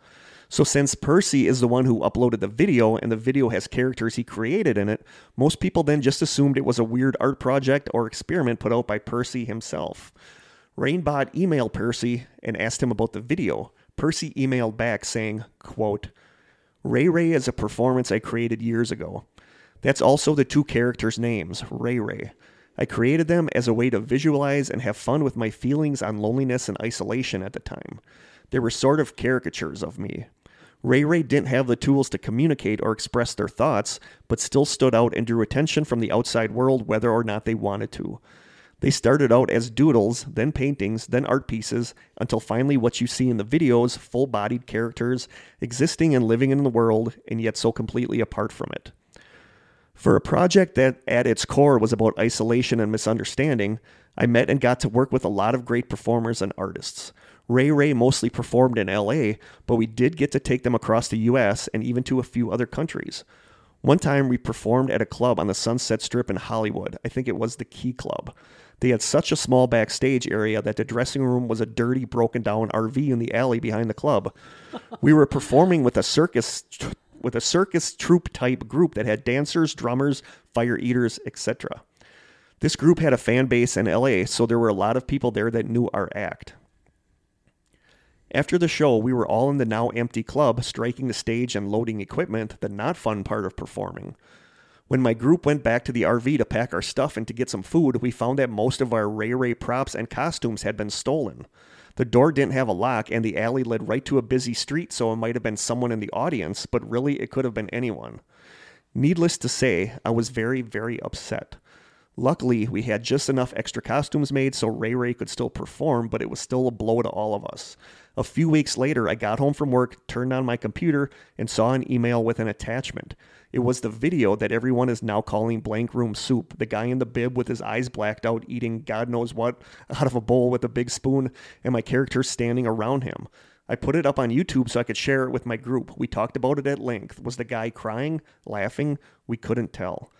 S1: So, since Percy is the one who uploaded the video and the video has characters he created in it, most people then just assumed it was a weird art project or experiment put out by Percy himself. Rainbot emailed Percy and asked him about the video. Percy emailed back saying, quote, Ray Ray is a performance I created years ago. That's also the two characters' names, Ray Ray. I created them as a way to visualize and have fun with my feelings on loneliness and isolation at the time. They were sort of caricatures of me. Ray Ray didn't have the tools to communicate or express their thoughts, but still stood out and drew attention from the outside world whether or not they wanted to. They started out as doodles, then paintings, then art pieces, until finally what you see in the videos full bodied characters existing and living in the world, and yet so completely apart from it. For a project that at its core was about isolation and misunderstanding, I met and got to work with a lot of great performers and artists. Ray Ray mostly performed in LA, but we did get to take them across the US and even to a few other countries. One time we performed at a club on the Sunset Strip in Hollywood. I think it was the Key Club. They had such a small backstage area that the dressing room was a dirty, broken down RV in the alley behind the club. We were performing with a circus with a circus troupe type group that had dancers, drummers, fire eaters, etc. This group had a fan base in LA, so there were a lot of people there that knew our act. After the show, we were all in the now empty club, striking the stage and loading equipment, the not fun part of performing. When my group went back to the RV to pack our stuff and to get some food, we found that most of our Ray Ray props and costumes had been stolen. The door didn't have a lock, and the alley led right to a busy street, so it might have been someone in the audience, but really it could have been anyone. Needless to say, I was very, very upset. Luckily, we had just enough extra costumes made so Ray Ray could still perform, but it was still a blow to all of us. A few weeks later, I got home from work, turned on my computer, and saw an email with an attachment. It was the video that everyone is now calling Blank Room Soup the guy in the bib with his eyes blacked out, eating God knows what out of a bowl with a big spoon, and my character standing around him. I put it up on YouTube so I could share it with my group. We talked about it at length. Was the guy crying, laughing? We couldn't tell.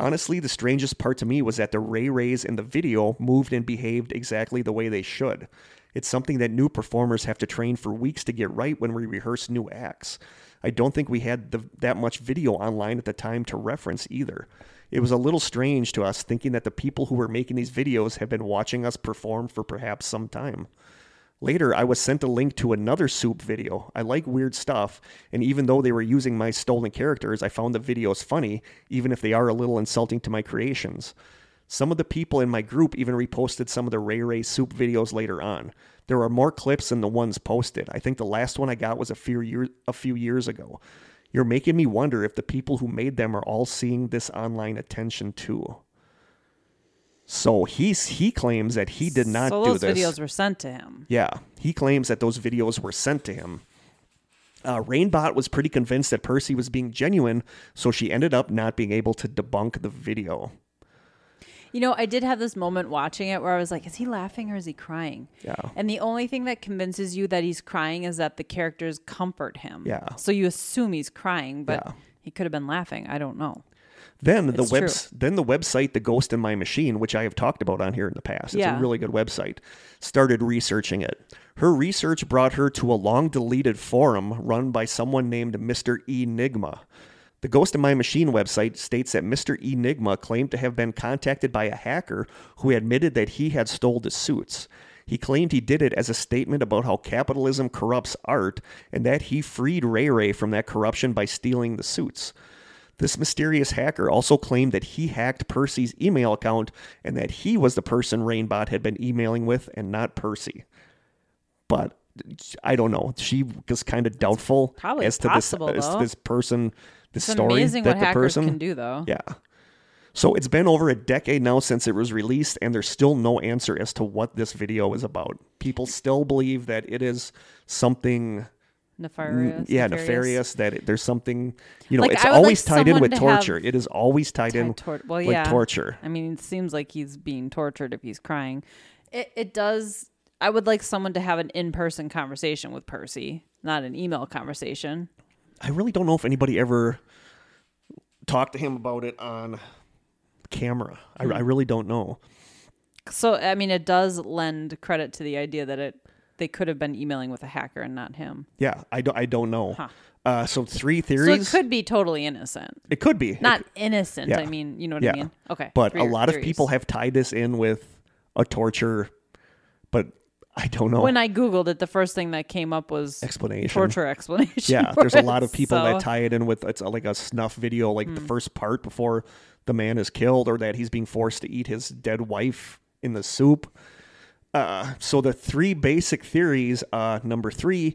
S1: Honestly, the strangest part to me was that the Ray Rays in the video moved and behaved exactly the way they should. It's something that new performers have to train for weeks to get right when we rehearse new acts. I don't think we had the, that much video online at the time to reference either. It was a little strange to us thinking that the people who were making these videos have been watching us perform for perhaps some time. Later, I was sent a link to another soup video. I like weird stuff, and even though they were using my stolen characters, I found the videos funny, even if they are a little insulting to my creations. Some of the people in my group even reposted some of the Ray Ray soup videos later on. There are more clips than the ones posted. I think the last one I got was a few, year, a few years ago. You're making me wonder if the people who made them are all seeing this online attention too. So he's, he claims that he did not
S2: so
S1: do
S2: those
S1: this.
S2: videos were sent to him.
S1: Yeah, he claims that those videos were sent to him. Uh, Rainbot was pretty convinced that Percy was being genuine, so she ended up not being able to debunk the video.
S2: You know, I did have this moment watching it where I was like, is he laughing or is he crying?
S1: Yeah.
S2: And the only thing that convinces you that he's crying is that the characters comfort him.
S1: Yeah.
S2: So you assume he's crying, but
S1: Yeah.
S2: he could have been laughing. I don't know.
S1: Then the
S2: It's
S1: webs- then the website The Ghost in My Machine, which I have talked about on here in the past. It's a
S2: Yeah.
S1: really good website. Started researching it. Her research brought her to a long deleted forum run by someone named Mr. Enigma. The Ghost in My Machine website states that Mr. Enigma claimed to have been contacted by a hacker who admitted that he had stole the suits. He claimed he did it as a statement about how capitalism corrupts art and that he freed Ray Ray from that corruption by stealing the suits. This mysterious hacker also claimed that he hacked Percy's email account and that he was the person Rainbot had been emailing with and not Percy. But I don't know. She was kind of doubtful
S2: probably
S1: as to
S2: possible,
S1: this as to
S2: though.
S1: this person, this
S2: It's
S1: story
S2: amazing
S1: that
S2: what
S1: the
S2: hackers
S1: person
S2: can do, though.
S1: yeah. So it's been over a decade now since it was released, and there's still no answer as to what this video is about. People still believe that it is something,
S2: Nefarious.
S1: yeah, nefarious. That it, there's something, you know,
S2: Like,
S1: it's
S2: I would like
S1: always tied in
S2: someone
S1: with
S2: to have-
S1: torture. It is always tied in
S2: Tied tor- well,
S1: with
S2: yeah.
S1: torture.
S2: I mean, it seems like he's being tortured if he's crying. It, it does. I would like someone to have an in person conversation with Percy, not an email conversation.
S1: I really don't know if anybody ever talked to him about it on camera. I,
S2: Hmm.
S1: I really don't know.
S2: So, I mean, it does lend credit to the idea that it they could have been emailing with a hacker and not him.
S1: Yeah, I don't. I don't know. Uh, so three
S2: So it
S1: theories.
S2: could be totally innocent.
S1: It could be It
S2: Not innocent.
S1: yeah.
S2: I mean, you know what I mean? Okay.
S1: But
S2: three
S1: a lot of
S2: theories.
S1: people have tied this in with a torture, but I don't know
S2: When I Googled it, the first thing that came up was
S1: explanation.
S2: torture explanation.
S1: Yeah,
S2: for
S1: there's a
S2: it,
S1: lot of people
S2: so- Hmm.
S1: that tie it in with it's like a snuff video, like the first part before the man is killed, or that he's being forced to eat his dead wife in the soup. Uh, so the three basic theories. Uh, number three,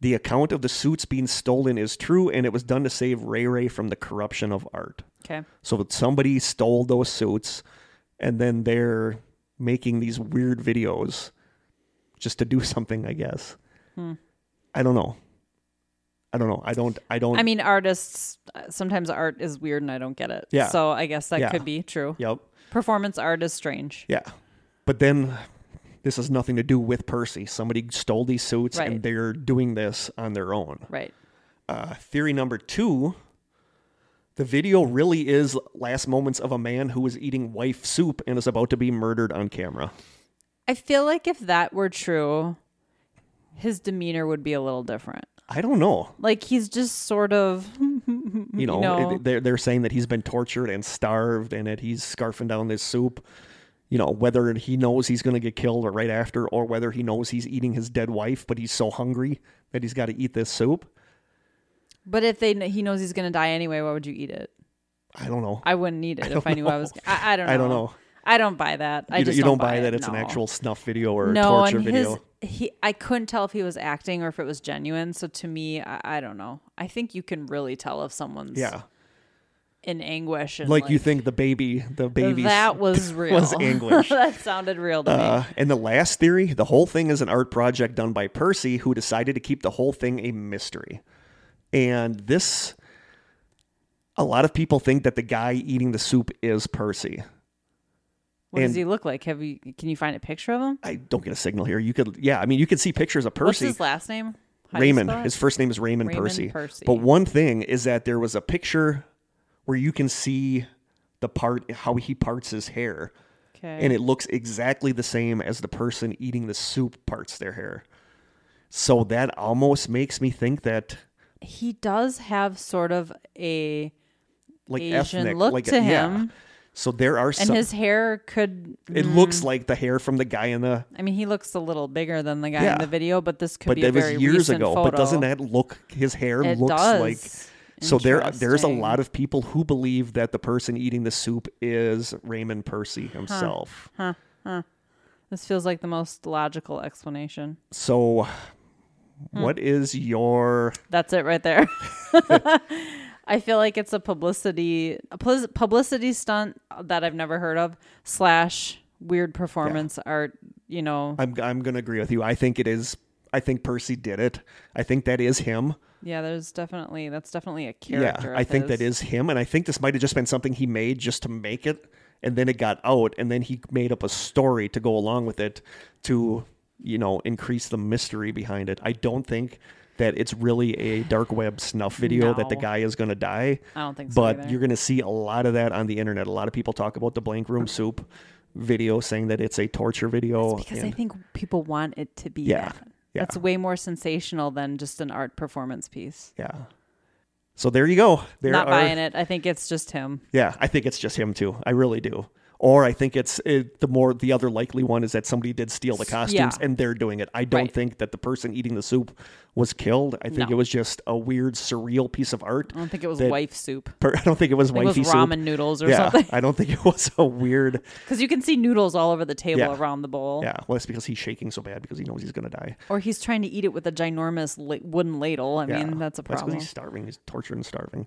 S1: the account of the suits being stolen is true, and it was done to save Ray Ray from the corruption of art.
S2: Okay.
S1: So that somebody stole those suits and then they're making these weird videos just to do something, I guess.
S2: Hmm.
S1: I don't know. I don't know. I don't I don't
S2: I mean, artists uh, sometimes art is weird and I don't get it.
S1: Yeah.
S2: So I guess that
S1: Yeah.
S2: could be true.
S1: Yep.
S2: Performance art is strange.
S1: Yeah. But then this has nothing to do with Percy. Somebody stole these suits
S2: Right.
S1: and they're doing this on their own.
S2: Right.
S1: Uh, theory number two the video really is last moments of a man who is eating wife soup and is about to be murdered on camera.
S2: I feel like if that were true, his demeanor would be a little different.
S1: I don't know.
S2: Like he's just sort of
S1: you know,
S2: know?
S1: it- they're they're saying that he's been tortured and starved, and that he's scarfing down this soup. You know, whether he knows he's going to get killed or right after, or whether he knows he's eating his dead wife, but he's so hungry that he's got to eat this soup.
S2: but if they kn- he knows he's gonna die anyway, why would you eat it?
S1: I don't know.
S2: I wouldn't eat it if I knew I was. I, I don't. Know.
S1: I don't know.
S2: I don't buy that. I
S1: you,
S2: just
S1: you
S2: don't,
S1: don't buy
S2: it,
S1: that it's an
S2: no.
S1: actual snuff video or a
S2: no,
S1: torture
S2: and
S1: video.
S2: His, he, I couldn't tell if he was acting or if it was genuine. So to me, I, I don't know. I think you can really tell if someone's
S1: yeah,
S2: in anguish and
S1: like, you think the baby, the baby
S2: that was real.
S1: was anguish.
S2: that sounded real to me.
S1: Uh, and the last theory the whole thing is an art project done by Percy, who decided to keep the whole thing a mystery. And this, a lot of people think that the guy eating the soup is Percy.
S2: What does
S1: and-
S2: he look like? Have you? Can you find a picture of him?
S1: I don't get a signal here. You could, yeah, I mean, you could see pictures of
S2: What's
S1: Percy.
S2: his last name? How do you
S1: Raymond.
S2: spell it?
S1: His first name is Raymond,
S2: Raymond
S1: Percy.
S2: Percy.
S1: But one thing is that there was a picture where you can see the part, how he parts his hair.
S2: okay.
S1: and it looks exactly the same as the person eating the soup parts their hair. So that almost makes me think that
S2: he does have sort of a
S1: like
S2: Asian
S1: ethnic,
S2: look
S1: like
S2: to
S1: yeah.
S2: him.
S1: So there are
S2: and
S1: some.
S2: his hair could.
S1: it looks like the hair from the guy in the,
S2: I mean, he looks a little bigger than the guy
S1: Yeah.
S2: in the video, but this could
S1: but
S2: be a
S1: that was
S2: very
S1: years
S2: recent
S1: ago.
S2: Photo.
S1: But doesn't that look? His hair
S2: It
S1: looks
S2: does.
S1: like. So there, there's a
S2: Interesting.
S1: lot of people who believe that the person eating the soup is Raymond Percy himself.
S2: This feels like the most logical explanation.
S1: So,
S2: Hmm.
S1: what is your?
S2: That's it right there. I feel like it's a publicity a plis- publicity stunt that I've never heard of slash weird performance art. You know,
S1: I'm I'm gonna agree with you. I think it is. I think Percy did it. I think that is him.
S2: yeah, there's definitely that's definitely a character.
S1: yeah, I
S2: of
S1: think that
S2: his.
S1: is him, and I think this might have just been something he made just to make it, and then it got out, and then he made up a story to go along with it to you know increase the mystery behind it. I don't think that it's really a dark web snuff video that the
S2: No.
S1: guy is gonna die.
S2: I don't think so
S1: But
S2: either.
S1: you're gonna see a lot of that on the internet. A lot of people talk about the blank room soup video, saying that it's a torture video.
S2: because I
S1: and-
S2: think people want it to be
S1: Yeah,
S2: that.
S1: yeah.
S2: That's way more sensational than just an art performance piece.
S1: yeah. So there you go. There
S2: Not
S1: are,
S2: buying it. I think it's just him.
S1: Yeah, I think it's just him too. I really do. Or I think it's it, the more the other likely one is that somebody did steal the costumes
S2: yeah.
S1: and they're doing it. I don't
S2: Right.
S1: think that the person eating the soup was killed. I think
S2: No.
S1: it was just a weird, surreal piece of art.
S2: I don't think it was
S1: That-
S2: wife soup.
S1: Per- I don't think it was
S2: I think
S1: wifey
S2: it was
S1: soup.
S2: ramen noodles or
S1: yeah,
S2: something.
S1: I don't think it was a weird.
S2: Because you can see noodles all over the table
S1: Yeah.
S2: around the bowl.
S1: Yeah, well, that's because he's shaking so bad because he knows he's gonna die.
S2: Or he's trying to eat it with a ginormous la- wooden ladle. I
S1: Yeah,
S2: mean, that's a
S1: 'cause
S2: problem.
S1: he's starving. He's tortured and starving.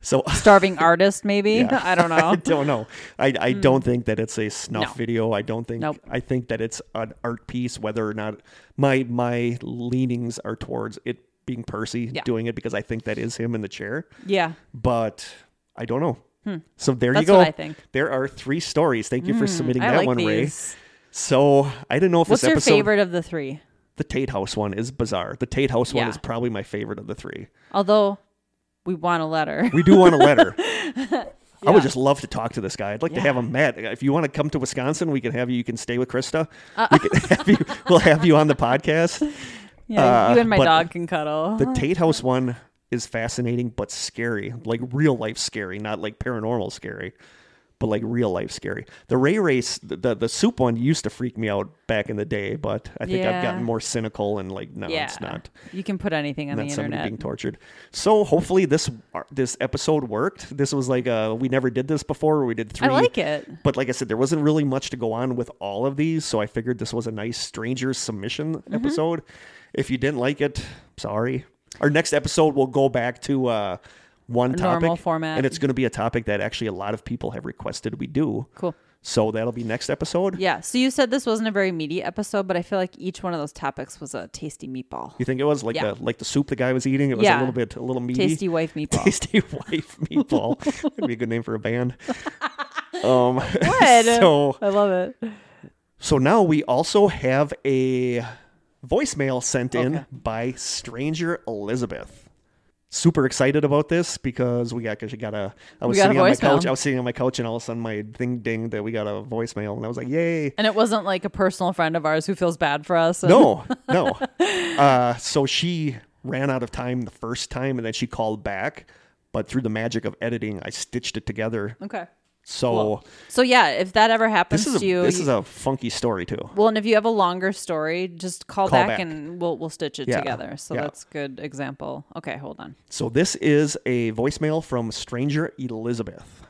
S1: So
S2: Starving artist, maybe?
S1: Yeah.
S2: I don't know. Hmm.
S1: I don't know. I, I don't think that it's a snuff
S2: No.
S1: video. I don't think.
S2: Nope.
S1: I think that it's an art piece. Whether or not my my leanings are towards it being Percy
S2: Yeah.
S1: doing it because I think that is him in the chair.
S2: yeah.
S1: But I don't know. So there you
S2: Hmm. That's
S1: go.
S2: what I think. Hmm.
S1: There are three stories. Thank you for submitting
S2: I
S1: that
S2: like
S1: one, Ray.
S2: these.
S1: So I don't know if
S2: What's
S1: this
S2: your
S1: episode,
S2: favorite of the three?
S1: the Tate House one, is bizarre. The Tate House one
S2: Yeah.
S1: is probably my favorite of the three.
S2: Although we want a letter.
S1: We do want a letter. I
S2: Yeah.
S1: would just love to talk to this guy. I'd like to have him met. If you want to come to Wisconsin, we can have you. You can stay with Krista.
S2: Uh-uh.
S1: We can have you, we'll have you on the podcast.
S2: Yeah,
S1: Uh,
S2: you and my
S1: but
S2: dog can cuddle.
S1: The Tate House one is fascinating, but scary. Like real life scary, not like paranormal scary, but like real life scary. The Ray Race, the, the, the soup one used to freak me out back in the day, but I think
S2: Yeah.
S1: I've gotten more cynical and like, no,
S2: yeah.
S1: it's not.
S2: You can put anything on the
S1: Not somebody
S2: internet.
S1: being tortured. So hopefully this uh, this episode worked. This was like uh we never did this before. We did three.
S2: I like it.
S1: But like I said, there wasn't really much to go on with all of these, so I figured this was a nice stranger submission
S2: Mm-hmm.
S1: episode. If you didn't like it, sorry. Our next episode will go back to uh, one topic,
S2: normal format.
S1: and it's going to be a topic that actually a lot of people have requested we do.
S2: Cool.
S1: So that'll be next episode.
S2: Yeah. So you said this wasn't a very meaty episode, but I feel like each one of those topics was a tasty meatball.
S1: You think it was like
S2: Yeah.
S1: the like the soup the guy was eating? It was
S2: Yeah.
S1: a little bit a little meaty.
S2: Tasty wife meatball.
S1: Tasty Wife Meatball. That'd be a good name for a band. Um,
S2: Good.
S1: so
S2: I love it.
S1: so now we also have a voicemail sent in
S2: Okay.
S1: by Stranger Elizabeth. Super excited about this because we got because you got a I was
S2: got a
S1: sitting on my
S2: voicemail.
S1: couch. I was sitting on my couch and all of a sudden my thing ding that we got a voicemail and I was like, yay.
S2: And it wasn't like a personal friend of ours who feels bad for us. and-
S1: No, no. uh, so she ran out of time the first time and then she called back. But through the magic of editing, I stitched it together.
S2: Okay.
S1: So
S2: So yeah, if that ever happens
S1: this is a,
S2: to you,
S1: this
S2: you-
S1: is a funky story too.
S2: well, and if you have a longer story, just call,
S1: Call
S2: back,
S1: back.
S2: and we'll we'll stitch it
S1: Yeah.
S2: together. So
S1: Yeah.
S2: that's good example. Okay, hold on.
S1: So this is a voicemail from stranger Elizabeth.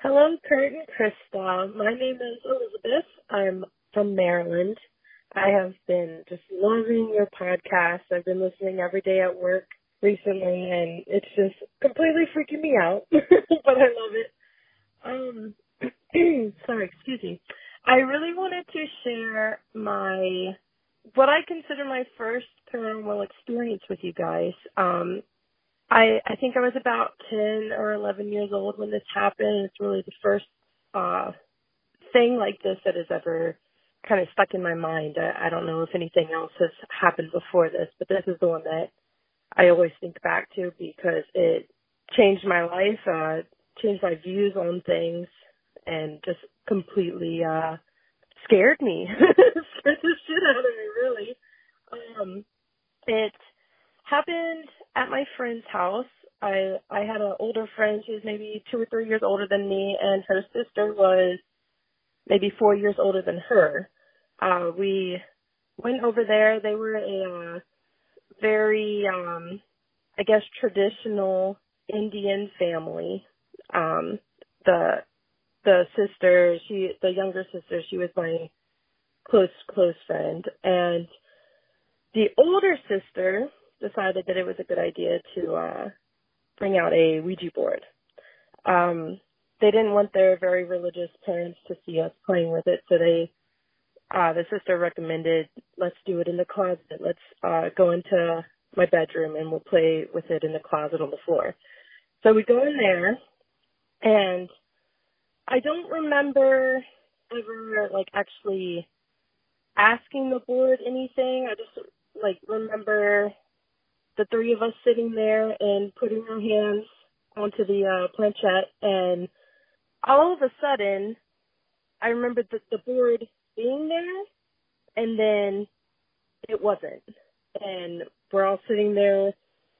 S3: Hello, Kurt and Krista. My name is Elizabeth. I'm from Maryland. I have been just loving your podcast. I've been listening every day at work recently, and it's just completely freaking me out, but I love it. Um, sorry, excuse me. I really wanted to share my what I consider my first paranormal experience with you guys. Um, I I think I was about ten or eleven years old when this happened. It's really the first uh thing like this that has ever kind of stuck in my mind. I, I don't know if anything else has happened before this, but this is the one that I always think back to because it changed my life, uh changed my views on things and just completely uh scared me. scared the shit out of me really. Um it happened at my friend's house. I I had an older friend. She was maybe two or three years older than me, and her sister was maybe four years older than her. Uh, we went over there. They were a uh, very, um, I guess, traditional Indian family. Um, the the sister, she the younger sister, she was my close close friend, and the older sister decided that it was a good idea to uh bring out a Ouija board. Um they didn't want their very religious parents to see us playing with it, so they uh the sister recommended let's do it in the closet. Let's uh go into my bedroom and we'll play with it in the closet on the floor. So we go in there and I don't remember ever like actually asking the board anything. I just like remember the three of us sitting there and putting our hands onto the uh, planchette, and all of a sudden, I remembered that the board being there, and then it wasn't. And we're all sitting there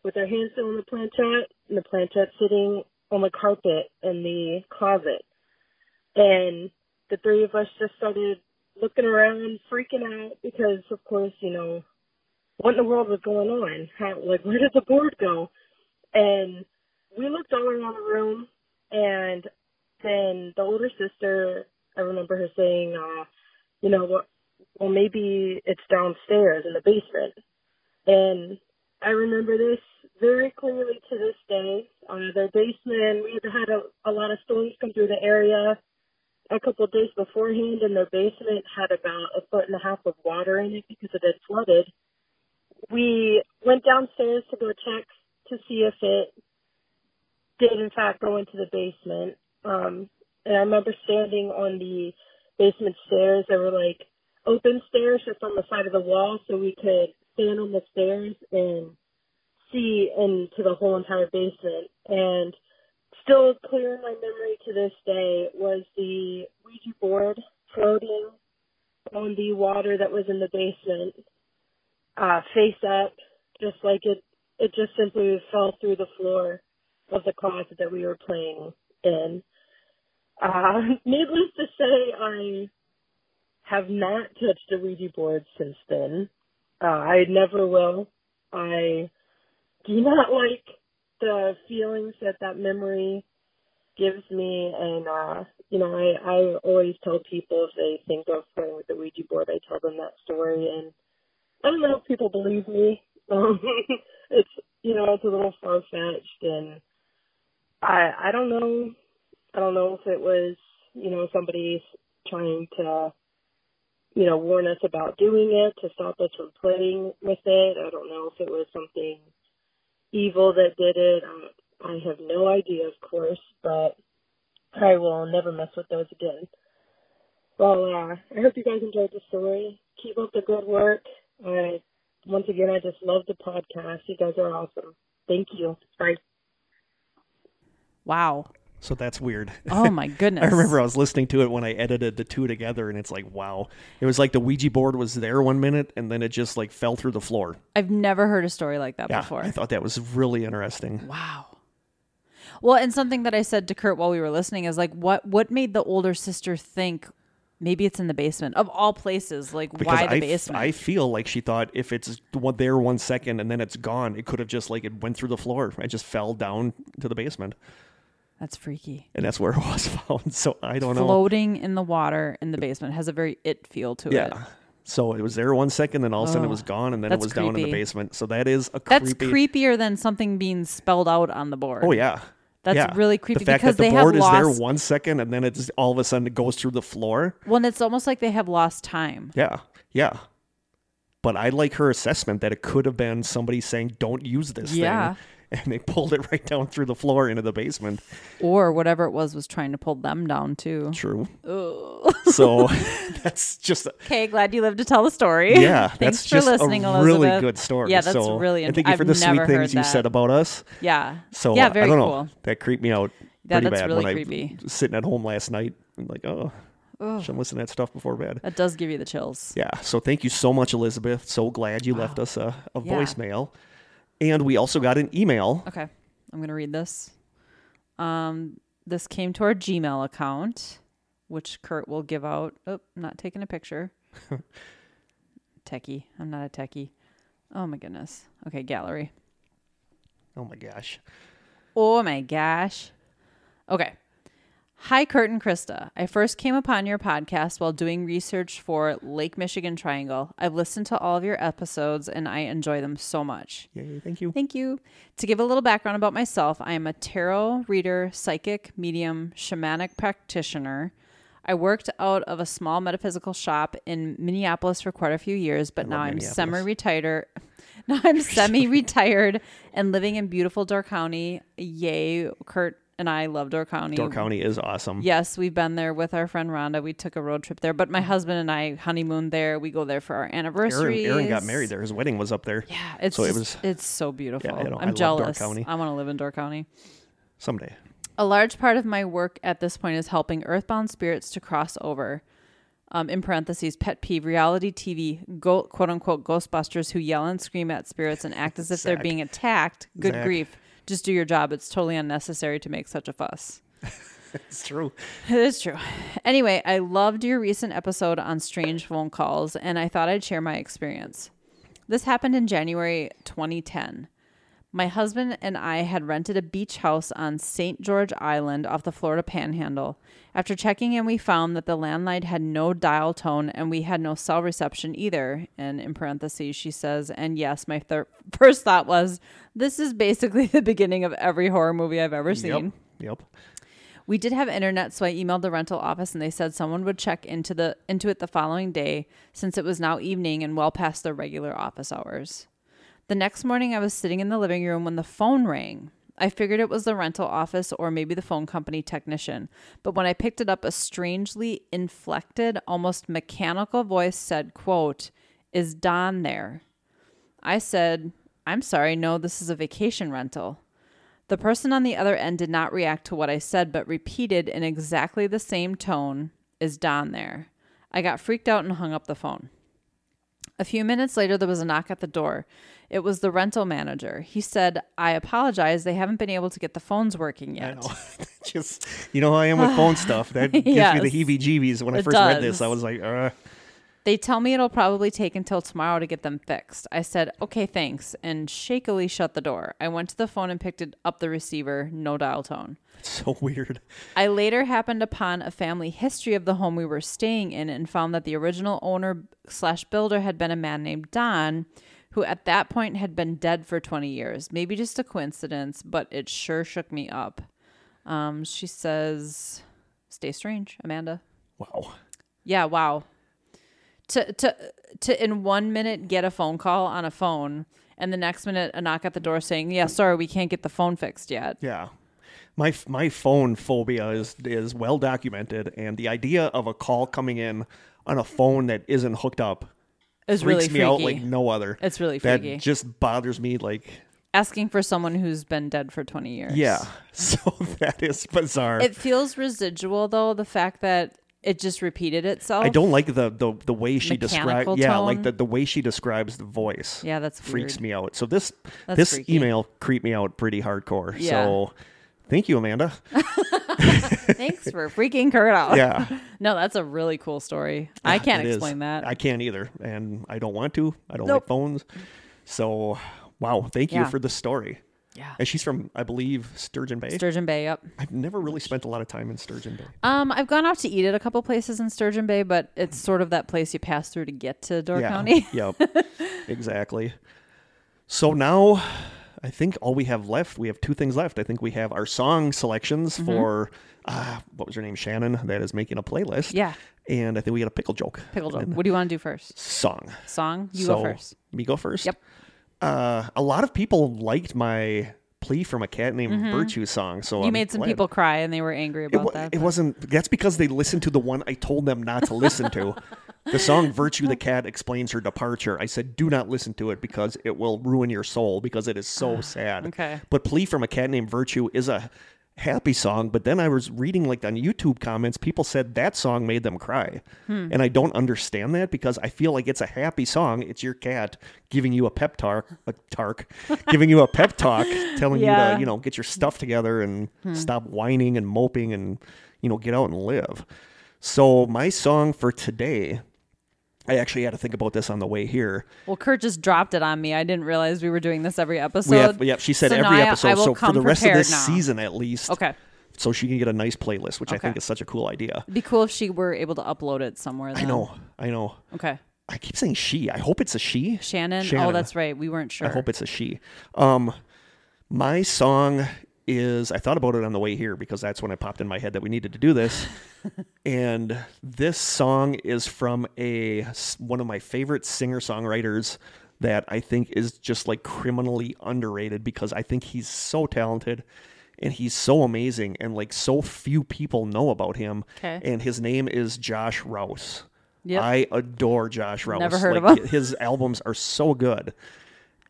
S3: with our hands still on the planchette, and the planchette sitting on the carpet in the closet. And the three of us just started looking around, freaking out because, of course, you know, what in the world was going on? How, like, where did the board go? And we looked all around the room, and then the older sister, I remember her saying, uh, you know, well, well, maybe it's downstairs in the basement. And I remember this very clearly to this day. Uh, their basement, we had had a, a lot of storms come through the area a couple of days beforehand, and their basement had about a foot and a half of water in it because it had flooded. We went downstairs to go check to see if it did, in fact, go into the basement. Um, and I remember standing on the basement stairs. There were like open stairs just on the side of the wall, so we could stand on the stairs and see into the whole entire basement. And still clear in my memory to this day was the Ouija board floating on the water that was in the basement, uh, face up, just like it, it just simply fell through the floor of the closet that we were playing in. Uh, needless to say, I have not touched a Ouija board since then. Uh, I never will. I do not like the feelings that that memory gives me and uh you know i i always tell people if they think of playing with the ouija board i tell them that story and i don't know if people believe me um it's you know it's a little far fetched and i i don't know i don't know if it was you know somebody's trying to you know warn us about doing it to stop us from playing with it i don't know if it was something evil that did it. Um, I have no idea, of course, but I will never mess with those again. Well, uh, I hope you guys enjoyed the story. Keep up the good work. I, once again, I just love the podcast. You guys are awesome. Thank you. Bye.
S2: Wow.
S1: So that's weird.
S2: Oh my goodness.
S1: I remember I was listening to it when I edited the two together, and it's like, wow. It was like the Ouija board was there one minute, and then it just like fell through the floor.
S2: I've never heard a story like that
S1: Yeah,
S2: before.
S1: I thought that was really interesting.
S2: Wow. Well, and something that I said to Kurt while we were listening is like, what what made the older sister think maybe it's in the basement of all places? Like,
S1: Because
S2: why the
S1: I,
S2: basement?
S1: I feel like she thought if it's one- there one second and then it's gone, it could have just like it went through the floor. It just fell down to the basement,
S2: That's freaky.
S1: and that's where it was found. So I don't know.
S2: Floating in the water in the basement has a very it feel to it.
S1: Yeah. So it was there one second, then all of a sudden it was gone, and then it
S2: Oh, that's
S1: was down in the
S2: creepy.
S1: basement. So that is a
S2: That's
S1: creepy.
S2: creepier than something being spelled out on the board.
S1: Oh yeah.
S2: That's
S1: Yeah.
S2: really creepy
S1: The fact
S2: because
S1: that the
S2: they have
S1: board is there
S2: lost-
S1: one second and then it's all of a sudden it goes through the floor.
S2: Well, and it's almost like they have lost time.
S1: Yeah. Yeah. But I like her assessment that it could have been somebody saying, Don't use this
S2: Yeah.
S1: thing. And they pulled it right down through the floor into the basement.
S2: Or whatever it was was trying to pull them down too.
S1: True. So that's just
S2: Okay, glad you lived to tell the story.
S1: yeah,
S2: Thanks
S1: that's
S2: for
S1: just
S2: listening,
S1: a
S2: Elizabeth.
S1: really good story.
S2: Yeah, that's
S1: so
S2: really.
S1: I
S2: Int-
S1: thank you
S2: I've
S1: for the
S2: never
S1: sweet things
S2: heard
S1: you
S2: that.
S1: said about us.
S2: Yeah.
S1: So
S2: yeah,
S1: uh,
S2: very
S1: I don't know.
S2: cool.
S1: That creeped me out
S2: Yeah,
S1: pretty
S2: that's
S1: bad
S2: really
S1: when
S2: creepy.
S1: I sitting at home last night and like, oh, shouldn't listen to that stuff before bed.
S2: That does give you the chills.
S1: Yeah. So thank you so much, Elizabeth. So glad you left us a, a
S2: Yeah.
S1: voicemail. And we also got an email.
S2: Okay, I'm gonna read this. Um, this came to our Gmail account, which Kurt will give out. Oh, not taking a picture. techie, I'm not a techie. Oh my goodness. Okay, gallery.
S1: Oh my gosh.
S2: Oh my gosh. Okay. Hi, Kurt and Krista. I first came upon your podcast while doing research for Lake Michigan Triangle. I've listened to all of your episodes and I enjoy them so much.
S1: Yay, thank you.
S2: Thank you. To give a little background about myself, I am a tarot reader, psychic, medium, shamanic practitioner. I worked out of a small metaphysical shop in Minneapolis for quite a few years, but now I'm
S1: Minneapolis.
S2: semi-retired. Now I'm semi-retired and living in beautiful Door County. Yay, Kurt and I love Door County.
S1: Door County is awesome.
S2: Yes, we've been there with our friend Rhonda. We took a road trip there, but my husband and I honeymooned there. We go there for our
S1: Aaron,
S2: anniversaries.
S1: Aaron got married there. His wedding was up there.
S2: Yeah, it's
S1: so it
S2: just-
S1: was
S2: it's so beautiful.
S1: I know. I
S2: I'm
S1: love Door
S2: jealous.
S1: County.
S2: I want to live in Door County.
S1: someday.
S2: A large part of my work at this point is helping earthbound spirits to cross over. Um, in parentheses, pet peeve, reality TV, go, quote unquote, Ghostbusters who yell and scream at spirits and act as if they're
S1: Zach.
S2: being attacked. Good
S1: Zach.
S2: grief. just do your job. It's totally unnecessary to make such a fuss.
S1: It's true.
S2: It is true. Anyway, I loved your recent episode on strange phone calls, and I thought I'd share my experience. This happened in January 2010. My husband and I had rented a beach house on St. George Island off the Florida Panhandle. After checking in, we found that the landline had no dial tone and we had no cell reception either. And in parentheses, she says, and yes, my thir- first thought was, this is basically the beginning of every horror movie I've ever seen.
S1: Yep. Yep.
S2: We did have internet, so I emailed the rental office and they said someone would check into the into it the following day since it was now evening and well past their regular office hours. The next morning I was sitting in the living room when the phone rang. I figured it was the rental office or maybe the phone company technician, but when I picked it up a strangely inflected, almost mechanical voice said, quote, "Is Don there?" I said, "I'm sorry, no, this is a vacation rental." The person on the other end did not react to what I said, but repeated in exactly the same tone, Is Don there? I got freaked out and hung up the phone. A few minutes later, there was a knock at the door. It was the rental manager. He said, I apologize. They haven't been able to get the phones working
S1: I
S2: yet.
S1: know. Just you know how I am with phone stuff. That gives me
S2: Yes.
S1: the heebie-jeebies. When I
S2: It
S1: first read this, I
S2: does.
S1: was like, uh,
S2: They tell me it'll probably take until tomorrow to get them fixed. I said, okay, thanks, and shakily shut the door. I went to the phone and picked it up the receiver, no dial tone.
S1: it's so weird.
S2: I later happened upon a family history of the home we were staying in and found that the original owner slash builder had been a man named Don, who at that point had been dead for 20 years. Maybe just a coincidence, but it sure shook me up. Um, she says, Stay strange, Amanda.
S1: Wow.
S2: Yeah, wow. To to to in one minute get a phone call on a phone and the next minute a knock at the door saying, Yeah, sorry, we can't get the phone fixed yet.
S1: Yeah. My f- my phone phobia is is well documented, and the idea of a call coming in on a phone that isn't hooked up
S2: It's
S1: freaks me
S2: really freaky.
S1: out like no other.
S2: It's really
S1: that
S2: freaky.
S1: just bothers me. Like
S2: asking for someone who's been dead for 20 years.
S1: yeah, so that is bizarre.
S2: It feels residual though, the fact that it just repeated itself.
S1: I don't like the the, the way she describes.
S2: Mechanical
S1: Yeah, like
S2: tone.
S1: the, the way she describes the voice.
S2: Yeah, that's
S1: freaks
S2: weird.
S1: me out. So this
S2: That's
S1: this
S2: freaky.
S1: email creeped me out pretty hardcore.
S2: Yeah.
S1: So thank you, Amanda.
S2: Thanks for freaking Kurt out.
S1: Yeah.
S2: No, that's a really cool story. I can't
S1: It is.
S2: explain that.
S1: I can't either, and I don't want to. I don't like
S2: Nope.
S1: phones. So, wow, thank you
S2: Yeah.
S1: for the story.
S2: yeah.
S1: And she's from, I believe, Sturgeon Bay.
S2: Sturgeon Bay, yep.
S1: I've never really spent a lot of time in Sturgeon Bay.
S2: Um, I've gone out to eat at a couple places in Sturgeon Bay, but it's sort of that place you pass through to get to Door County.
S1: yep. Exactly. So now, I think all we have left, we have two things left. I think we have our song selections
S2: Mm-hmm.
S1: for uh, what was her name, Shannon, that is making a playlist.
S2: Yeah.
S1: And I think we got a pickle joke.
S2: Pickle joke.
S1: And
S2: What do you want to do first?
S1: song.
S2: Song? You
S1: so
S2: go first.
S1: Me go first.
S2: Yep.
S1: Uh, a lot of people liked my plea from a cat named Virtue song. So
S2: Mm-hmm. You
S1: I'm
S2: made some
S1: glad.
S2: people cry and they were angry
S1: It,
S2: about
S1: wa-
S2: that.
S1: it
S2: but-
S1: wasn't. That's because they listened to the one I told them not to listen to. the song "Virtue the Cat" explains her departure. I said, "Do not listen to it because it will ruin your soul because it is so sad."
S2: okay.
S1: But "Plea from a Cat Named Virtue" is a happy song. But then I was reading like on YouTube comments, people said that song made them cry,
S2: Hmm.
S1: and I don't understand that because I feel like it's a happy song. It's your cat giving you a pep talk, a tark, giving you a pep talk, telling you
S2: Yeah. Hmm.
S1: to you know know, get your stuff together and stop whining and moping and, you know, get out and live. So, my song for today, I actually had to think about this on the way here.
S2: Well, Kurt just dropped it on me. I didn't realize we were doing this every episode.
S1: we have, yep, she said
S2: so
S1: every
S2: now I-
S1: episode.
S2: I will
S1: so, for
S2: come
S1: the rest of
S2: prepared
S1: this
S2: now.
S1: season at least,
S2: Okay.
S1: so she can get a nice playlist, which I think
S2: Okay.
S1: is such a cool idea.
S2: It'd be cool if she were able to upload it somewhere. Then.
S1: I know, I know.
S2: Okay.
S1: I keep saying she. I hope it's a she.
S2: Shannon? Oh,
S1: Shannon.
S2: that's right. We weren't sure.
S1: I hope it's a she. Um, my song is I thought about it on the way here because that's when it popped in my head that we needed to do this. and this song is from a s- one of my favorite singer songwriters that I think is just like criminally underrated because I think he's so talented and he's so amazing and like so few people know about him.
S2: 'Kay.
S1: And his name is Josh Rouse.
S2: Yep.
S1: I adore Josh Rouse.
S2: Never heard of
S1: like,
S2: him.
S1: His albums are so good.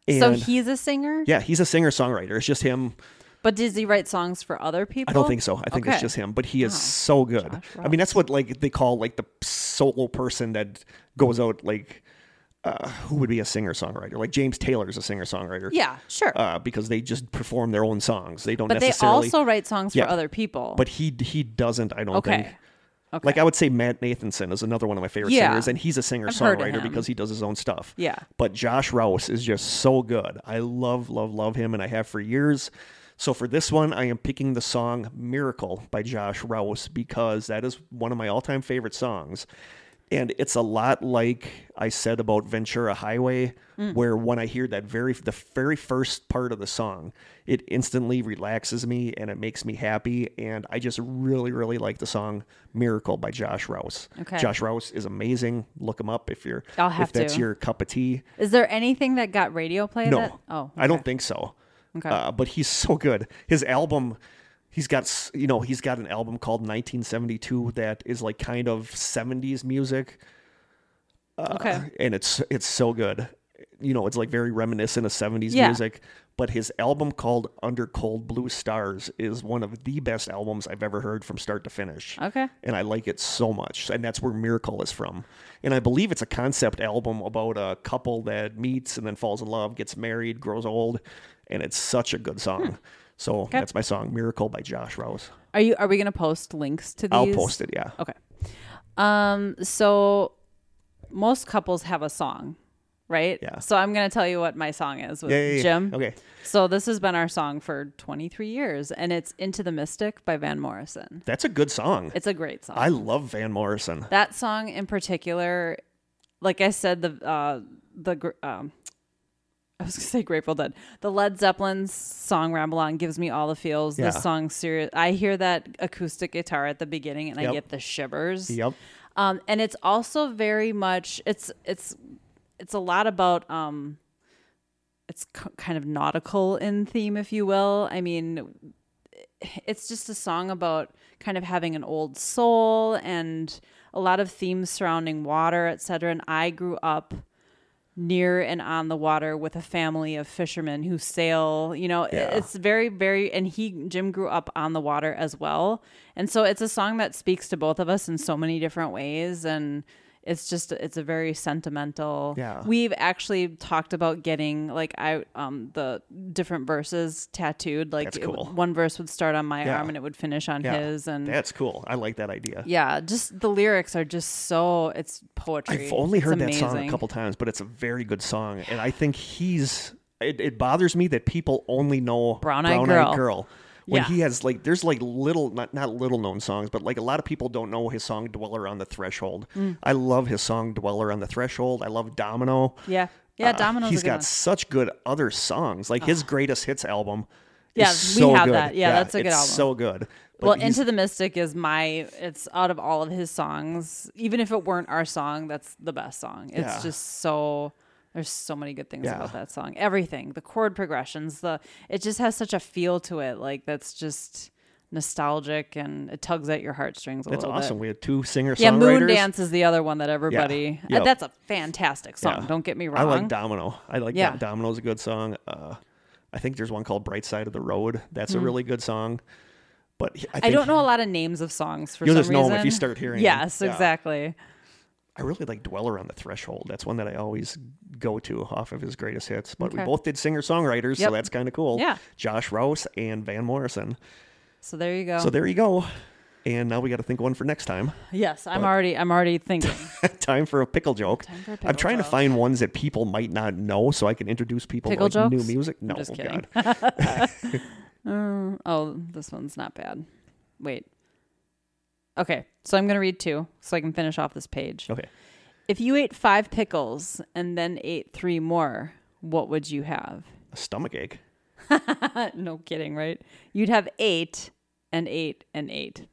S1: And
S2: so he's a singer?
S1: yeah, he's a singer songwriter. It's just him.
S2: But does he write songs for other people?
S1: I don't think so. I think
S2: Oh, Okay.
S1: it's just him. But he is so good. I mean, that's what like they call like the solo person that goes out like uh, who would be a singer songwriter? Like James Taylor's a singer songwriter.
S2: Yeah, sure.
S1: Uh, because they just perform their own songs. They don't
S2: but they
S1: necessarily.
S2: also write songs
S1: Yeah.
S2: for other people.
S1: but he he doesn't. I don't
S2: okay.
S1: think.
S2: Okay.
S1: Like I would say Matt Nathanson is another one of my favorite
S2: Yeah.
S1: singers, and he's a singer
S2: heard of
S1: songwriter
S2: him.
S1: because he does his own stuff.
S2: Yeah.
S1: But Josh Rouse is just so good. I love, love, love him, and I have for years. So for this one, I am picking the song Miracle by Josh Rouse because that is one of my all time favorite songs. And it's a lot like I said about Ventura Highway, where when I hear that very the very first part of the song, it instantly relaxes me and it makes me happy. And I just really, really like the song Miracle by Josh Rouse.
S2: Okay.
S1: Josh Rouse is amazing. Look him up if you're
S2: I'll have
S1: if that's
S2: to.
S1: your cup of tea.
S2: Is there anything that got radio play?
S1: No,
S2: That, oh,
S1: I don't think so.
S2: Okay.
S1: Uh, but he's so good. His album, he's got s- you know he's got an album called 1972 that is like kind of 70s music,
S2: okay.
S1: and it's it's so good. You know, it's like very reminiscent of 70s
S2: Yeah.
S1: music. But his album called Under Cold Blue Stars is one of the best albums I've ever heard from start to finish.
S2: Okay.
S1: And I like it so much. And that's where Miracle is from. And I believe it's a concept album about a couple that meets and then falls in love, gets married, grows old. And it's such a good song.
S2: Hmm.
S1: So that's my song, Miracle by Josh Rouse.
S2: Are you? Are we gonna post links to these?
S1: I'll post it, yeah.
S2: Okay. Um. So most couples have a song, right?
S1: Yeah.
S2: So I'm gonna tell you what my song is with
S1: Yeah, yeah, yeah.
S2: Jim.
S1: Okay.
S2: So this has been our song for 23 years, and it's "Into the Mystic" by Van Morrison.
S1: That's a good song.
S2: It's a great song.
S1: I love Van Morrison.
S2: that song in particular like i said the uh the gr- um I was gonna say Grateful Dead. The Led Zeppelin's song "Ramble On" gives me all the feels.
S1: Yeah.
S2: This song, serious. I hear that acoustic guitar at the beginning, and
S1: Yep.
S2: I get the shivers.
S1: Yep.
S2: Um, and it's also very much. It's it's it's a lot about um, it's k- kind of nautical in theme, if you will. I mean, it's just a song about kind of having an old soul and a lot of themes surrounding water, et cetera. And I grew up near and on the water with a family of fishermen who sail. You know,
S1: Yeah.
S2: it's very, very, and he, Jim, grew up on the water as well. And so it's a song that speaks to both of us in so many different ways. And it's just, it's a very sentimental.
S1: Yeah.
S2: We've actually talked about getting like I um the different verses tattooed. Like
S1: That's
S2: it w-
S1: cool.
S2: one verse would start on my
S1: Yeah.
S2: arm and it would finish on
S1: Yeah.
S2: his and
S1: That's cool. I like that idea.
S2: yeah just the lyrics are just so it's poetry
S1: I've only
S2: It's
S1: heard that song a
S2: amazing.
S1: couple times, but it's a very good song, and I think he's. It, it bothers me that people only know
S2: Brown Eyed Girl.
S1: When
S2: Yeah.
S1: he has like, there's like little, not not little known songs, but like a lot of people don't know his song "Dweller on the Threshold."
S2: Mm.
S1: I love his song "Dweller on the Threshold." I love "Domino."
S2: yeah yeah
S1: Uh,
S2: domino's
S1: He's
S2: a good
S1: got
S2: one.
S1: such good other songs. Like his greatest hits album.
S2: Yeah,
S1: is
S2: we
S1: so
S2: have
S1: good.
S2: that. Yeah, that's a good
S1: it's
S2: album.
S1: So good. But
S2: well
S1: he's-
S2: into the mystic is my it's out of all of his songs even if it weren't our song that's the best song it's
S1: Yeah.
S2: just so there's so many good things
S1: Yeah.
S2: about that song everything the chord progressions the it just has such a feel to it like that's just nostalgic and it tugs at your heartstrings a
S1: that's
S2: little bit
S1: awesome. We had two singer songwriters.
S2: Yeah, Moon Dance is the other one that everybody.
S1: Yep.
S2: Uh, that's a fantastic song.
S1: Yeah.
S2: Don't get me wrong.
S1: I like Domino. I like
S2: Yeah.
S1: yeah. Domino's a good song. Uh, I think there's one called Bright Side of the Road. That's a really good song. But he- I,
S2: Mm. I
S1: think
S2: don't know a lot of names of songs for
S1: You'll
S2: some
S1: just know 'em if
S2: reason.
S1: you start hearing 'em.
S2: Yes,
S1: Yeah.
S2: exactly.
S1: I really like Dweller on the Threshold. That's one that I always go to off of his greatest hits. But we
S2: Okay.
S1: both did singer songwriters,
S2: Yep.
S1: so that's kind of cool.
S2: Yeah.
S1: Josh Rouse and Van Morrison.
S2: So there you go.
S1: So there you go. And now we got to think one for next time.
S2: yes, I'm already. I'm already thinking.
S1: time for a pickle joke.
S2: for a
S1: I'm
S2: pickle
S1: trying to
S2: joke.
S1: find ones that people might not know, so I can introduce people
S2: Pickle
S1: to like, new
S2: jokes?
S1: music.
S2: I'm
S1: No, oh
S2: just
S1: God.
S2: kidding. Mm, oh, this one's not bad. Wait. Okay, so I'm gonna read two, so I can finish off this page.
S1: Okay.
S2: If you ate five pickles and then ate three more, what would you have?
S1: A stomach ache.
S2: no kidding, right? You'd have eight and eight and eight.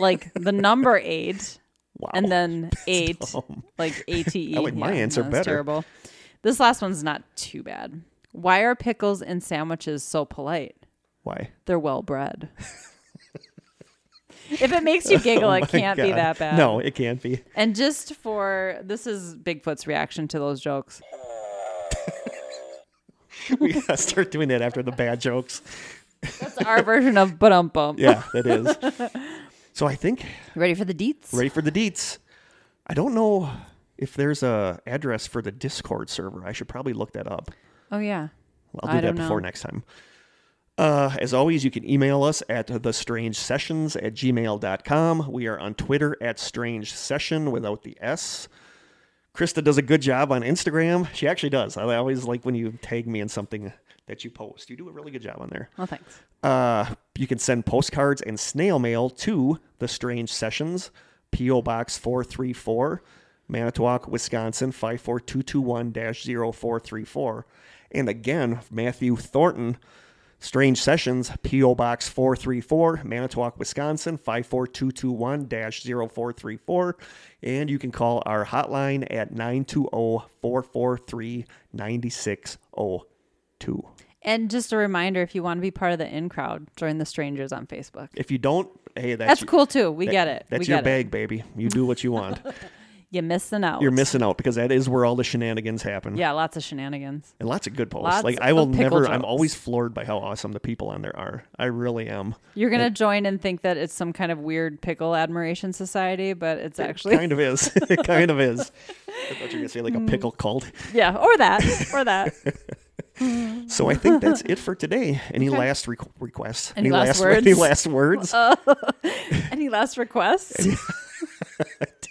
S2: like the number eight
S1: Wow.
S2: and then eight,
S1: Um,
S2: like ATE.
S1: I like my answer
S2: that's
S1: better.
S2: terrible. This last one's not too bad. Why are pickles and sandwiches so polite?
S1: Why?
S2: They're well bred. if it makes you giggle,
S1: Oh my
S2: it can't be
S1: God.
S2: that bad.
S1: No, it can't be.
S2: And just for this is Bigfoot's reaction to those jokes.
S1: We gotta start doing that after the bad jokes.
S2: That's our version of bum bump.
S1: Yeah, that is. So I think
S2: Ready for the deets?
S1: ready for the deets. I don't know. if there's a address for the Discord server, I should probably look that up.
S2: Oh yeah.
S1: I'll do that
S2: I don't
S1: before
S2: know.
S1: next time. Uh, as always, you can email us at thestrangesessions at gmail.com. We are on Twitter at Strange Session without the S. Krista does a good job on Instagram. She actually does. I always like when you tag me in something that you post. You do a really good job on there.
S2: Well, thanks.
S1: Uh, you can send postcards and snail mail to The Strange Sessions, P.O. Box 434, Manitowoc, Wisconsin 54221 0434. And again, Matthew Thornton, Strange Sessions, P.O. Box 434, Manitowoc, Wisconsin 54221 0434. And you can call our hotline at oh, 920 443 9602.
S2: And just a reminder, if you want to be part of the in crowd, join the strangers on Facebook.
S1: If you don't, hey, that's,
S2: That's
S1: your-
S2: cool too. We
S1: That-
S2: get it.
S1: That's
S2: we
S1: your
S2: get
S1: bag, baby. You do what you want.
S2: It. You're missing out.
S1: You're missing out because that is where all the shenanigans happen.
S2: Yeah, lots of shenanigans.
S1: And lots of good posts.
S2: Lots
S1: like I will
S2: of pickle
S1: never I'm
S2: jokes.
S1: always floored by how awesome the people on there are. I really am.
S2: You're gonna join and think that it's some kind of weird pickle admiration society, but it's actually Mm.
S1: kind of is. it kind of is. I thought you were gonna say like a pickle cult.
S2: yeah, or that, or that.
S1: So I think that's it for today. Any last requ requests?
S2: Any last
S1: wo-
S2: words? Oh,
S1: Any last words?
S2: Any last requests?
S1: I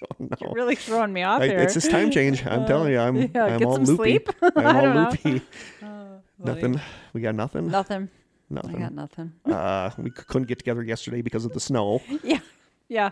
S1: don't know.
S2: You're really throwing me off
S1: I-
S2: here. Uh,
S1: it's this time change. I'm telling you, I'm
S2: yeah,
S1: I'm
S2: get
S1: all
S2: some
S1: loopy.
S2: sleep.
S1: I'm
S2: I
S1: all
S2: don't know.
S1: loopy. Uh, nothing. We got nothing.
S2: nothing. I
S1: Nothing.
S2: got nothing.
S1: Uh, we c- couldn't get together yesterday because of the snow.
S2: Yeah, yeah.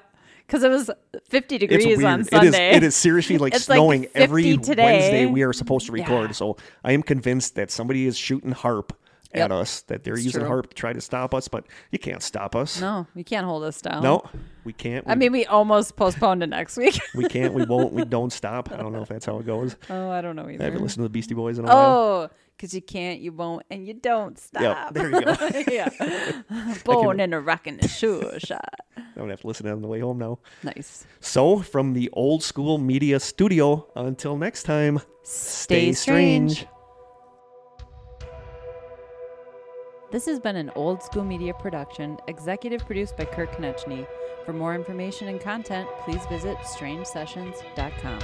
S2: Because it was 50
S1: It's
S2: degrees
S1: weird.
S2: on
S1: It is,
S2: Sunday.
S1: it is seriously like
S2: It's like
S1: snowing
S2: 50
S1: every
S2: today.
S1: Wednesday we are supposed to record.
S2: Yeah.
S1: So I am convinced that somebody is shooting harp at
S2: Yep.
S1: us, that they're
S2: It's
S1: using
S2: true.
S1: harp to try to stop us, but you can't stop us.
S2: No, you can't hold us down.
S1: No, we can't. We,
S2: I mean, we almost postponed to next week.
S1: we can't. We won't. We don't stop. I don't know if that's how it goes.
S2: oh, I don't know
S1: I haven't
S2: either.
S1: listened to the Beastie Boys in a while.
S2: Oh, because you can't, you won't, and you don't
S1: Yeah,
S2: Oh, stop.
S1: there you go.
S2: yeah. Born in a rock and a shoe shot.
S1: I'm gonna have to listen to it on the way home now.
S2: Nice.
S1: So, from the old school media studio, until next time,
S2: Stay strange. This has been an old school media production, executive produced by Kirk Konechny. For more information and content, please visit strangesessions.com.